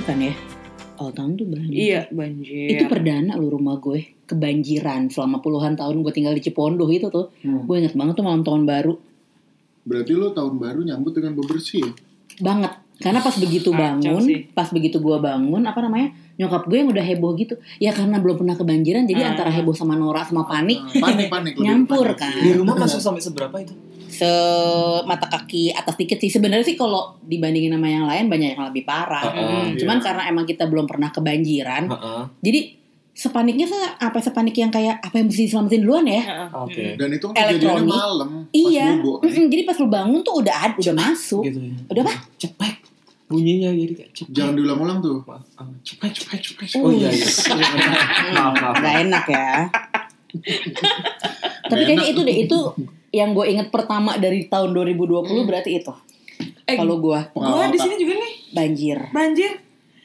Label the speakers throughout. Speaker 1: kan
Speaker 2: ya?
Speaker 1: Awal tahun tuh banjir.
Speaker 2: Iya, banjir.
Speaker 1: Gitu. Itu perdana lu rumah gue kebanjiran selama puluhan tahun gue tinggal di Cipondoh itu tuh.
Speaker 3: Hmm.
Speaker 1: Gue inget banget tuh malam tahun baru
Speaker 3: Berarti lo tahun baru nyambut dengan bebersih ya?
Speaker 1: banget. Karena pas begitu
Speaker 2: Kacau
Speaker 1: bangun,
Speaker 2: sih.
Speaker 1: pas begitu gue bangun, apa namanya, nyokap gue yang udah heboh gitu. Ya karena belum pernah kebanjiran, jadi
Speaker 2: Ah.
Speaker 1: antara heboh sama Nora sama panik,
Speaker 3: Nah, Panik, panik. lebih
Speaker 1: Nyampur,
Speaker 3: panik.
Speaker 1: kan?
Speaker 4: Di rumah masuk sampai seberapa itu?
Speaker 1: semata kaki atas dikit sih. Sebenarnya sih kalau dibandingin sama yang lain banyak yang lebih
Speaker 2: Ah,
Speaker 1: parah. Hmm.
Speaker 2: Hmm.
Speaker 4: Heeh.
Speaker 3: Iya.
Speaker 1: Cuman karena emang kita belum pernah kebanjiran,
Speaker 4: Heeh.
Speaker 1: jadi sepaniknya se- apa sepanik yang kayak apa yang mesti diselamatin duluan ya?
Speaker 4: Oke.
Speaker 3: Dan itu kan kejadiannya
Speaker 1: Elektronik.
Speaker 3: malam.
Speaker 1: Iya.
Speaker 3: Pas bobo.
Speaker 1: Mm-mm, jadi pas lu bangun tuh udah ad- udah masuk.
Speaker 4: Gitu ya.
Speaker 1: Udah apa?
Speaker 4: Cepek. Bunyinya jadi kayak cepek.
Speaker 3: Jangan diulang-ulang tuh.
Speaker 4: Maaf. Cepek, cepek, cepek.
Speaker 1: Uh.
Speaker 4: Oh iya, iya. maaf, maaf.
Speaker 1: Gak enak ya. Tapi
Speaker 3: Nggak
Speaker 1: kayaknya
Speaker 3: enak.
Speaker 1: itu deh itu yang gue inget pertama dari tahun 2020 berarti itu.
Speaker 2: Eh,
Speaker 1: Kalau gue
Speaker 2: gua di sini juga nih
Speaker 1: banjir.
Speaker 2: banjir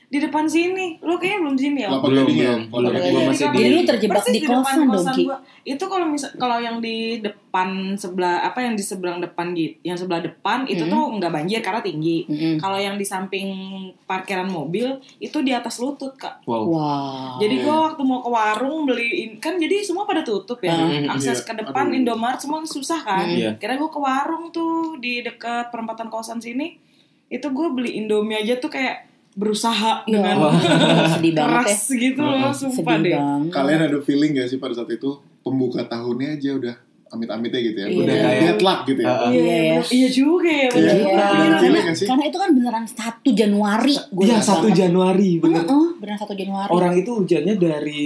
Speaker 2: di depan sini. Lo kayaknya belum sini ya?
Speaker 3: Kelapa
Speaker 4: Belum,
Speaker 3: Gading ya?
Speaker 4: belum,
Speaker 3: Kelapa
Speaker 4: belum.
Speaker 3: Gading.
Speaker 4: Gua masih
Speaker 1: Jadi lu terjebak
Speaker 2: Persis
Speaker 1: di kosan
Speaker 2: depan
Speaker 1: dong, Ki.
Speaker 2: gua. Itu kalau misal kalau yang di depan sebelah apa yang di seberang depan gitu, yang sebelah depan
Speaker 1: Hmm.
Speaker 2: itu tuh nggak banjir karena tinggi.
Speaker 1: Mm-mm.
Speaker 2: Kalau yang di samping parkiran mobil itu di atas lutut kak.
Speaker 4: Wow.
Speaker 1: Wow.
Speaker 2: Jadi gua waktu mau ke warung beliin kan jadi semua pada tutup ya.
Speaker 1: Mm-hmm.
Speaker 4: Hmm.
Speaker 2: Akses
Speaker 3: Iya.
Speaker 2: ke depan
Speaker 3: Aduh.
Speaker 2: Indomaret semua susah kan.
Speaker 4: Iya.
Speaker 2: Kira gue ke warung tuh di dekat perempatan kosan sini itu gue beli Indomie aja tuh kayak berusaha
Speaker 1: Ya,
Speaker 2: dengan
Speaker 1: sedih banget ya.
Speaker 2: keras gitu loh, sumpah
Speaker 1: Sedih
Speaker 2: deh. Iya.
Speaker 1: banget.
Speaker 3: Kalian ada feeling gak sih pada saat itu pembuka tahunnya aja udah amit-amitnya gitu ya?
Speaker 1: Iya.
Speaker 3: Udah kayak bad luck gitu ya?
Speaker 4: Heeh.
Speaker 2: Iya,
Speaker 1: Iya,
Speaker 2: iya,
Speaker 1: ya.
Speaker 2: iya juga ya.
Speaker 3: Iya.
Speaker 2: bener.
Speaker 1: Iya.
Speaker 3: Beneran
Speaker 1: Karena-
Speaker 3: feeling gak sih?
Speaker 1: Karena itu kan beneran 1 Januari. Gua
Speaker 4: Iya,
Speaker 1: ingat
Speaker 4: 1
Speaker 1: banget.
Speaker 4: Januari, bener.
Speaker 1: Heeh, beneran 1 Januari.
Speaker 4: Orang itu hujannya dari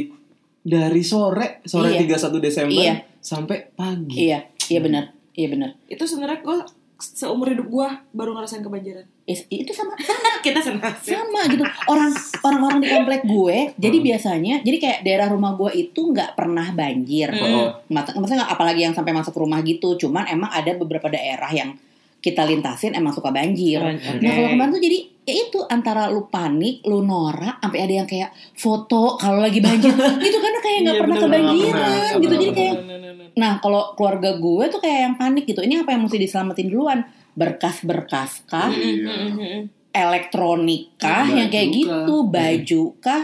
Speaker 4: dari sore, sore
Speaker 1: Iya.
Speaker 4: 31 Desember
Speaker 1: Iya.
Speaker 4: sampai pagi.
Speaker 1: Iya, iya benar. Iya benar.
Speaker 2: Itu sebenarnya gue seumur hidup gue baru ngerasain kebanjiran. Kan
Speaker 1: Is- itu sama
Speaker 2: Kita senasib.
Speaker 1: sama gitu orang orang-orang di komplek gue jadi biasanya jadi kayak daerah rumah gue itu nggak pernah banjir
Speaker 2: Hmm.
Speaker 4: Heeh.
Speaker 1: Mat- maksudnya nggak- apalagi yang sampai masuk rumah gitu cuman emang ada beberapa daerah yang kita lintasin emang suka banjir
Speaker 2: Iya,
Speaker 1: Nah kalau kemarin tuh jadi ya itu antara lu panik, lu norak, sampai ada yang kayak foto kalau lagi banjir gitu karena kayak nggak
Speaker 2: Iya,
Speaker 1: pernah
Speaker 2: bener,
Speaker 3: nggak
Speaker 1: kebanjiran
Speaker 3: pernah,
Speaker 1: gitu
Speaker 3: nggak
Speaker 1: jadi kayak
Speaker 2: iya.
Speaker 1: nah kalau keluarga gue tuh kayak yang panik gitu ini apa yang mesti diselamatin duluan berkas-berkas kah,
Speaker 3: Iya.
Speaker 1: elektronik kah,
Speaker 3: Baju
Speaker 1: yang kayak
Speaker 3: kah.
Speaker 1: gitu, baju kah,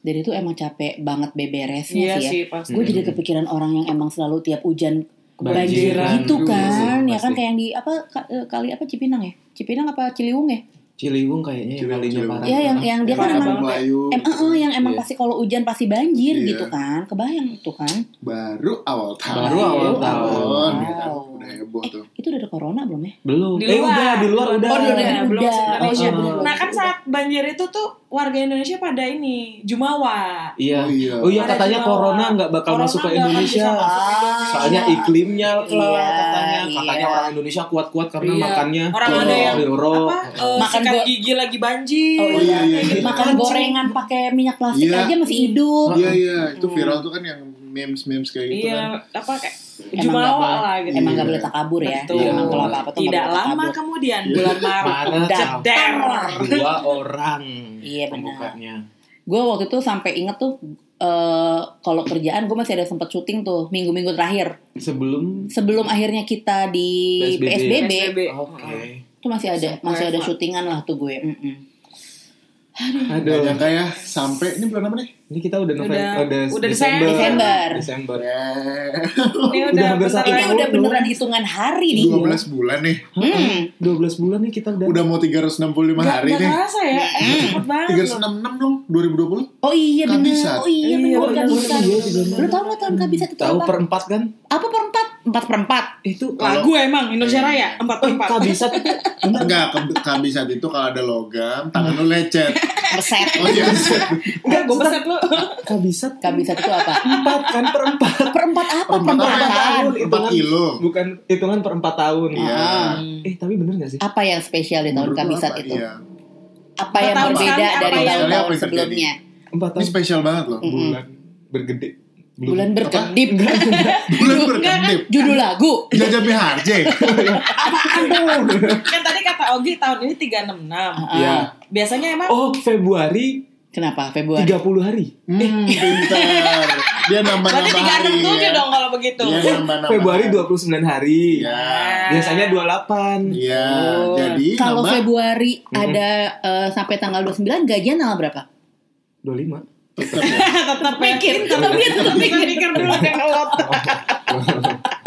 Speaker 1: dan itu emang capek banget beberesnya
Speaker 2: Iya
Speaker 1: sih ya.
Speaker 2: sih pasti.
Speaker 1: Gue jadi kepikiran orang yang emang selalu tiap hujan banjir
Speaker 4: Kebanjiran.
Speaker 1: gitu
Speaker 4: Iya
Speaker 1: kan,
Speaker 4: sih,
Speaker 1: ya kan
Speaker 4: pasti.
Speaker 1: kayak yang di apa ka- eh, kali apa Cipinang ya, Cipinang apa Ciliwung ya?
Speaker 4: Ciliwung kayaknya yang
Speaker 3: Ciliwung,
Speaker 4: kalinya
Speaker 3: Ciliwung.
Speaker 4: parah.
Speaker 1: Iya yang yang dia kan
Speaker 2: Parah
Speaker 1: emang
Speaker 2: banget.
Speaker 3: Bayu,
Speaker 1: em, eh, eh, yang emang
Speaker 4: Iya.
Speaker 1: pasti kalau hujan pasti banjir
Speaker 3: Iya.
Speaker 1: gitu kan. Kebayang itu kan.
Speaker 3: baru awal tahun.
Speaker 4: Baru awal
Speaker 1: tahun.
Speaker 3: gitu. Udah heboh tuh.
Speaker 1: Eh, Itu Iya. udah ada corona belum ya?
Speaker 4: Belum.
Speaker 2: Di
Speaker 4: Eh
Speaker 2: luar.
Speaker 4: udah di luar
Speaker 2: Oh, di
Speaker 4: udah.
Speaker 2: luar, di luar. belum
Speaker 1: udah.
Speaker 2: sebenarnya.
Speaker 1: Oh, iya,
Speaker 4: Ah.
Speaker 1: bener,
Speaker 2: Nah
Speaker 1: bener.
Speaker 2: kan saat banjir itu tuh warga Indonesia pada ini jumawa.
Speaker 4: Iya.
Speaker 3: Oh iya.
Speaker 4: Oh iya
Speaker 2: Ada
Speaker 4: katanya
Speaker 2: di bawah.
Speaker 4: corona nggak bakal
Speaker 2: Corona
Speaker 4: masuk ke
Speaker 2: nggak akan
Speaker 4: Indonesia.
Speaker 2: bisa masuk ke
Speaker 1: Ah.
Speaker 2: Indonesia.
Speaker 4: Soalnya iklimnya lah
Speaker 1: Iya,
Speaker 4: katanya. Katanya
Speaker 1: iya.
Speaker 4: orang Indonesia kuat-kuat karena
Speaker 2: Iya.
Speaker 4: makannya
Speaker 2: Orang
Speaker 4: telur,
Speaker 2: ada yang
Speaker 4: loro.
Speaker 2: apa
Speaker 4: Oh,
Speaker 2: eh,
Speaker 1: Makan
Speaker 2: sikat
Speaker 1: gua-
Speaker 2: gigi lagi banjir.
Speaker 1: Oh,
Speaker 3: iya, iya,
Speaker 2: Kayak gitu.
Speaker 3: iya.
Speaker 1: Makan gorengan pakai minyak plastik
Speaker 3: Iya.
Speaker 1: aja masih hidup.
Speaker 3: Iya iya, itu
Speaker 1: Oh.
Speaker 3: viral tuh kan yang memes-memes kayak gitu
Speaker 2: Iya,
Speaker 3: kan.
Speaker 2: apa kayak
Speaker 1: Emang
Speaker 2: jumawa
Speaker 1: nggak boleh,
Speaker 2: lah gitu.
Speaker 1: emang
Speaker 3: Iya.
Speaker 1: nggak boleh takabur ya.
Speaker 2: Betul.
Speaker 1: Emang kalau apa-apa tuh nggak
Speaker 2: Tidak
Speaker 1: boleh
Speaker 2: lama
Speaker 1: takabur.
Speaker 2: kemudian bulan Maret
Speaker 4: Iya. Parah,
Speaker 1: Udah.
Speaker 4: capek.
Speaker 2: teror.
Speaker 4: dua orang
Speaker 1: Iya, benar.
Speaker 4: pembukanya.
Speaker 1: Gue waktu itu sampai inget tuh eh kalau kerjaan gue masih ada sempet syuting tuh minggu-minggu terakhir
Speaker 4: sebelum
Speaker 1: sebelum akhirnya kita di
Speaker 4: PSBB.
Speaker 1: PSBB,
Speaker 2: PSBB.
Speaker 4: oke
Speaker 1: itu masih ada
Speaker 2: Sampai
Speaker 1: masih ada
Speaker 2: apa?
Speaker 1: syutingan lah tuh gue. Mm-mm.
Speaker 3: Gak
Speaker 4: aduh
Speaker 3: nyangka ya, sampai, ini bulan apa nih?
Speaker 4: ini kita udah November
Speaker 2: Udah-
Speaker 4: udah,
Speaker 2: udah
Speaker 4: Desember
Speaker 1: Desember.
Speaker 4: Desember
Speaker 2: Ini
Speaker 4: Udah
Speaker 2: udah
Speaker 4: hampir
Speaker 2: bentar
Speaker 4: satu
Speaker 1: Ini
Speaker 2: lagi.
Speaker 4: tahun.
Speaker 1: udah beneran hitungan hari
Speaker 2: Iya.
Speaker 1: nih.
Speaker 3: 12 bulan nih,
Speaker 1: Hmm.
Speaker 4: 12 bulan nih kita udah,
Speaker 3: udah mau 365
Speaker 2: Nggak-
Speaker 3: hari
Speaker 2: nggak
Speaker 3: nih
Speaker 2: kerasa ya, eh,
Speaker 4: Hmm.
Speaker 2: cepet banget loh.
Speaker 3: 366 dong, 2020
Speaker 1: Oh iya
Speaker 3: Kan
Speaker 1: bener.
Speaker 3: bisa.
Speaker 1: Oh iya bener.
Speaker 2: Iya,
Speaker 1: Bukan,
Speaker 2: kan
Speaker 1: bukan.
Speaker 4: bisa, iya, bener.
Speaker 1: Lu tau gak tahun kabisat itu
Speaker 4: tahu
Speaker 1: apa?
Speaker 4: perempat kan
Speaker 1: apa perempat? Empat perempat.
Speaker 4: itu
Speaker 2: Lagu emang Indonesia Raya empat
Speaker 4: eh,
Speaker 2: empat.
Speaker 4: kabisat bener
Speaker 3: Enggak, ke- habis saat itu kalau ada logam, tangan lu lecet
Speaker 1: Perset.
Speaker 3: Oh iya,
Speaker 2: Enggak, gue peset lu.
Speaker 4: kabisat
Speaker 1: Kabisat itu apa?
Speaker 4: empat kan perempat
Speaker 1: Perempat apa?
Speaker 4: Perempat.
Speaker 1: Perempatan.
Speaker 2: gitu
Speaker 4: tahun,
Speaker 2: kan.
Speaker 3: 4 ya? kilo
Speaker 4: bukan hitungan per empat tahun
Speaker 3: Iya.
Speaker 4: eh tapi bener gak sih
Speaker 1: Apa yang spesial di tahun
Speaker 3: Menurut lu
Speaker 1: kabisat
Speaker 3: apa?
Speaker 1: itu?
Speaker 3: Iya.
Speaker 1: Apa yang
Speaker 2: Tahun
Speaker 1: berbeda
Speaker 2: sekali,
Speaker 1: dari
Speaker 2: apa yang-
Speaker 3: Apa
Speaker 1: tahun-tahun
Speaker 3: yang terjadi?
Speaker 1: sebelumnya?
Speaker 4: empat
Speaker 3: Ini
Speaker 4: tahun
Speaker 3: spesial banget
Speaker 2: Iya.
Speaker 3: loh
Speaker 1: Mm.
Speaker 4: bulan bergede Belum.
Speaker 1: Bulan berkedip. kan?
Speaker 3: Bulan berkedip
Speaker 1: Judul lagu.
Speaker 3: Jajah BHJ
Speaker 2: Kan tadi kata Ogi tahun ini
Speaker 1: Ah,
Speaker 2: 366.
Speaker 4: Iya.
Speaker 2: Biasanya emang
Speaker 4: oh Februari
Speaker 1: Kenapa Februari?
Speaker 4: 30 hari
Speaker 3: Hmm, pintar
Speaker 2: Berarti
Speaker 3: Dia nambah-nambah
Speaker 2: tiga
Speaker 3: hari.
Speaker 2: enam tujuh
Speaker 3: ya.
Speaker 2: dong gitu. kalau begitu.
Speaker 4: Iya,
Speaker 2: Eh,
Speaker 3: Dia nambah-nambah
Speaker 4: Februari
Speaker 3: hari.
Speaker 4: 29 hari.
Speaker 2: Iya.
Speaker 3: Ya.
Speaker 4: Biasanya 28.
Speaker 3: Iya,
Speaker 2: Oh.
Speaker 3: jadi
Speaker 1: Kalau
Speaker 3: nambah
Speaker 1: Februari
Speaker 4: Mhm.
Speaker 1: ada eh, sampai tanggal 29 gajian tanggal berapa?
Speaker 4: 25.
Speaker 3: tetap ya.
Speaker 2: tetap mikir, tetap
Speaker 1: Tapi tetap mikir.
Speaker 2: mikir dulu deh kalau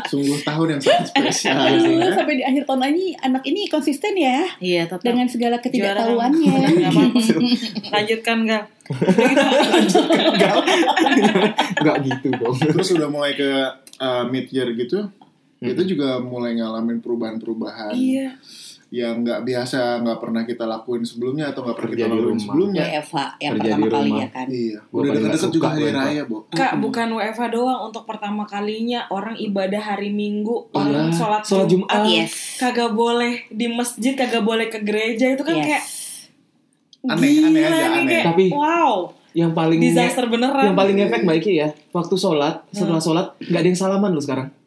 Speaker 3: Sungguh tahun yang sangat spesial.
Speaker 1: Aduh,
Speaker 3: ya.
Speaker 1: sampai di akhir tahun ini anak ini konsisten ya
Speaker 2: Iya, tetap.
Speaker 1: dengan segala
Speaker 2: Juara.
Speaker 1: ketidaktahuannya.
Speaker 2: Nggak apa-apa. Lanjutkan, Gal.
Speaker 4: Enggak. Enggak gitu dong.
Speaker 3: Terus udah mulai ke uh, mid year gitu,
Speaker 4: Hmm.
Speaker 3: itu juga mulai ngalamin perubahan-perubahan
Speaker 2: Iya.
Speaker 3: yang nggak biasa, nggak pernah kita lakuin sebelumnya atau nggak pernah
Speaker 4: Kerja
Speaker 3: kita
Speaker 4: di
Speaker 3: lakuin
Speaker 4: rumah.
Speaker 3: sebelumnya.
Speaker 1: WFH Iya, yang
Speaker 4: Kerja
Speaker 1: pertama
Speaker 4: di rumah.
Speaker 1: kali ya kan.
Speaker 2: Eh,
Speaker 3: Iya,
Speaker 4: Gua
Speaker 3: udah
Speaker 4: paling
Speaker 3: dekat-dekat
Speaker 4: nggak
Speaker 3: juga
Speaker 4: suka
Speaker 3: hari
Speaker 4: WFH.
Speaker 3: raya, Bo.
Speaker 2: Kak, bukan WFH doang untuk pertama kalinya orang ibadah hari Minggu,
Speaker 4: Oh,
Speaker 2: orang
Speaker 4: iya.
Speaker 2: sholat,
Speaker 4: Sholat Jumat.
Speaker 1: Yes.
Speaker 2: kagak boleh di masjid, kagak boleh ke gereja itu kan
Speaker 1: Yes.
Speaker 2: kayak
Speaker 3: Aneh,
Speaker 2: gila
Speaker 3: aneh aja,
Speaker 2: nih,
Speaker 3: aneh.
Speaker 2: kayak,
Speaker 4: Tapi-
Speaker 2: wow,
Speaker 4: Yang paling
Speaker 2: disaster beneran.
Speaker 4: yang paling ngefek Mbak Iki ya, waktu sholat, setelah sholat nggak ada yang salaman lo sekarang.
Speaker 2: iya.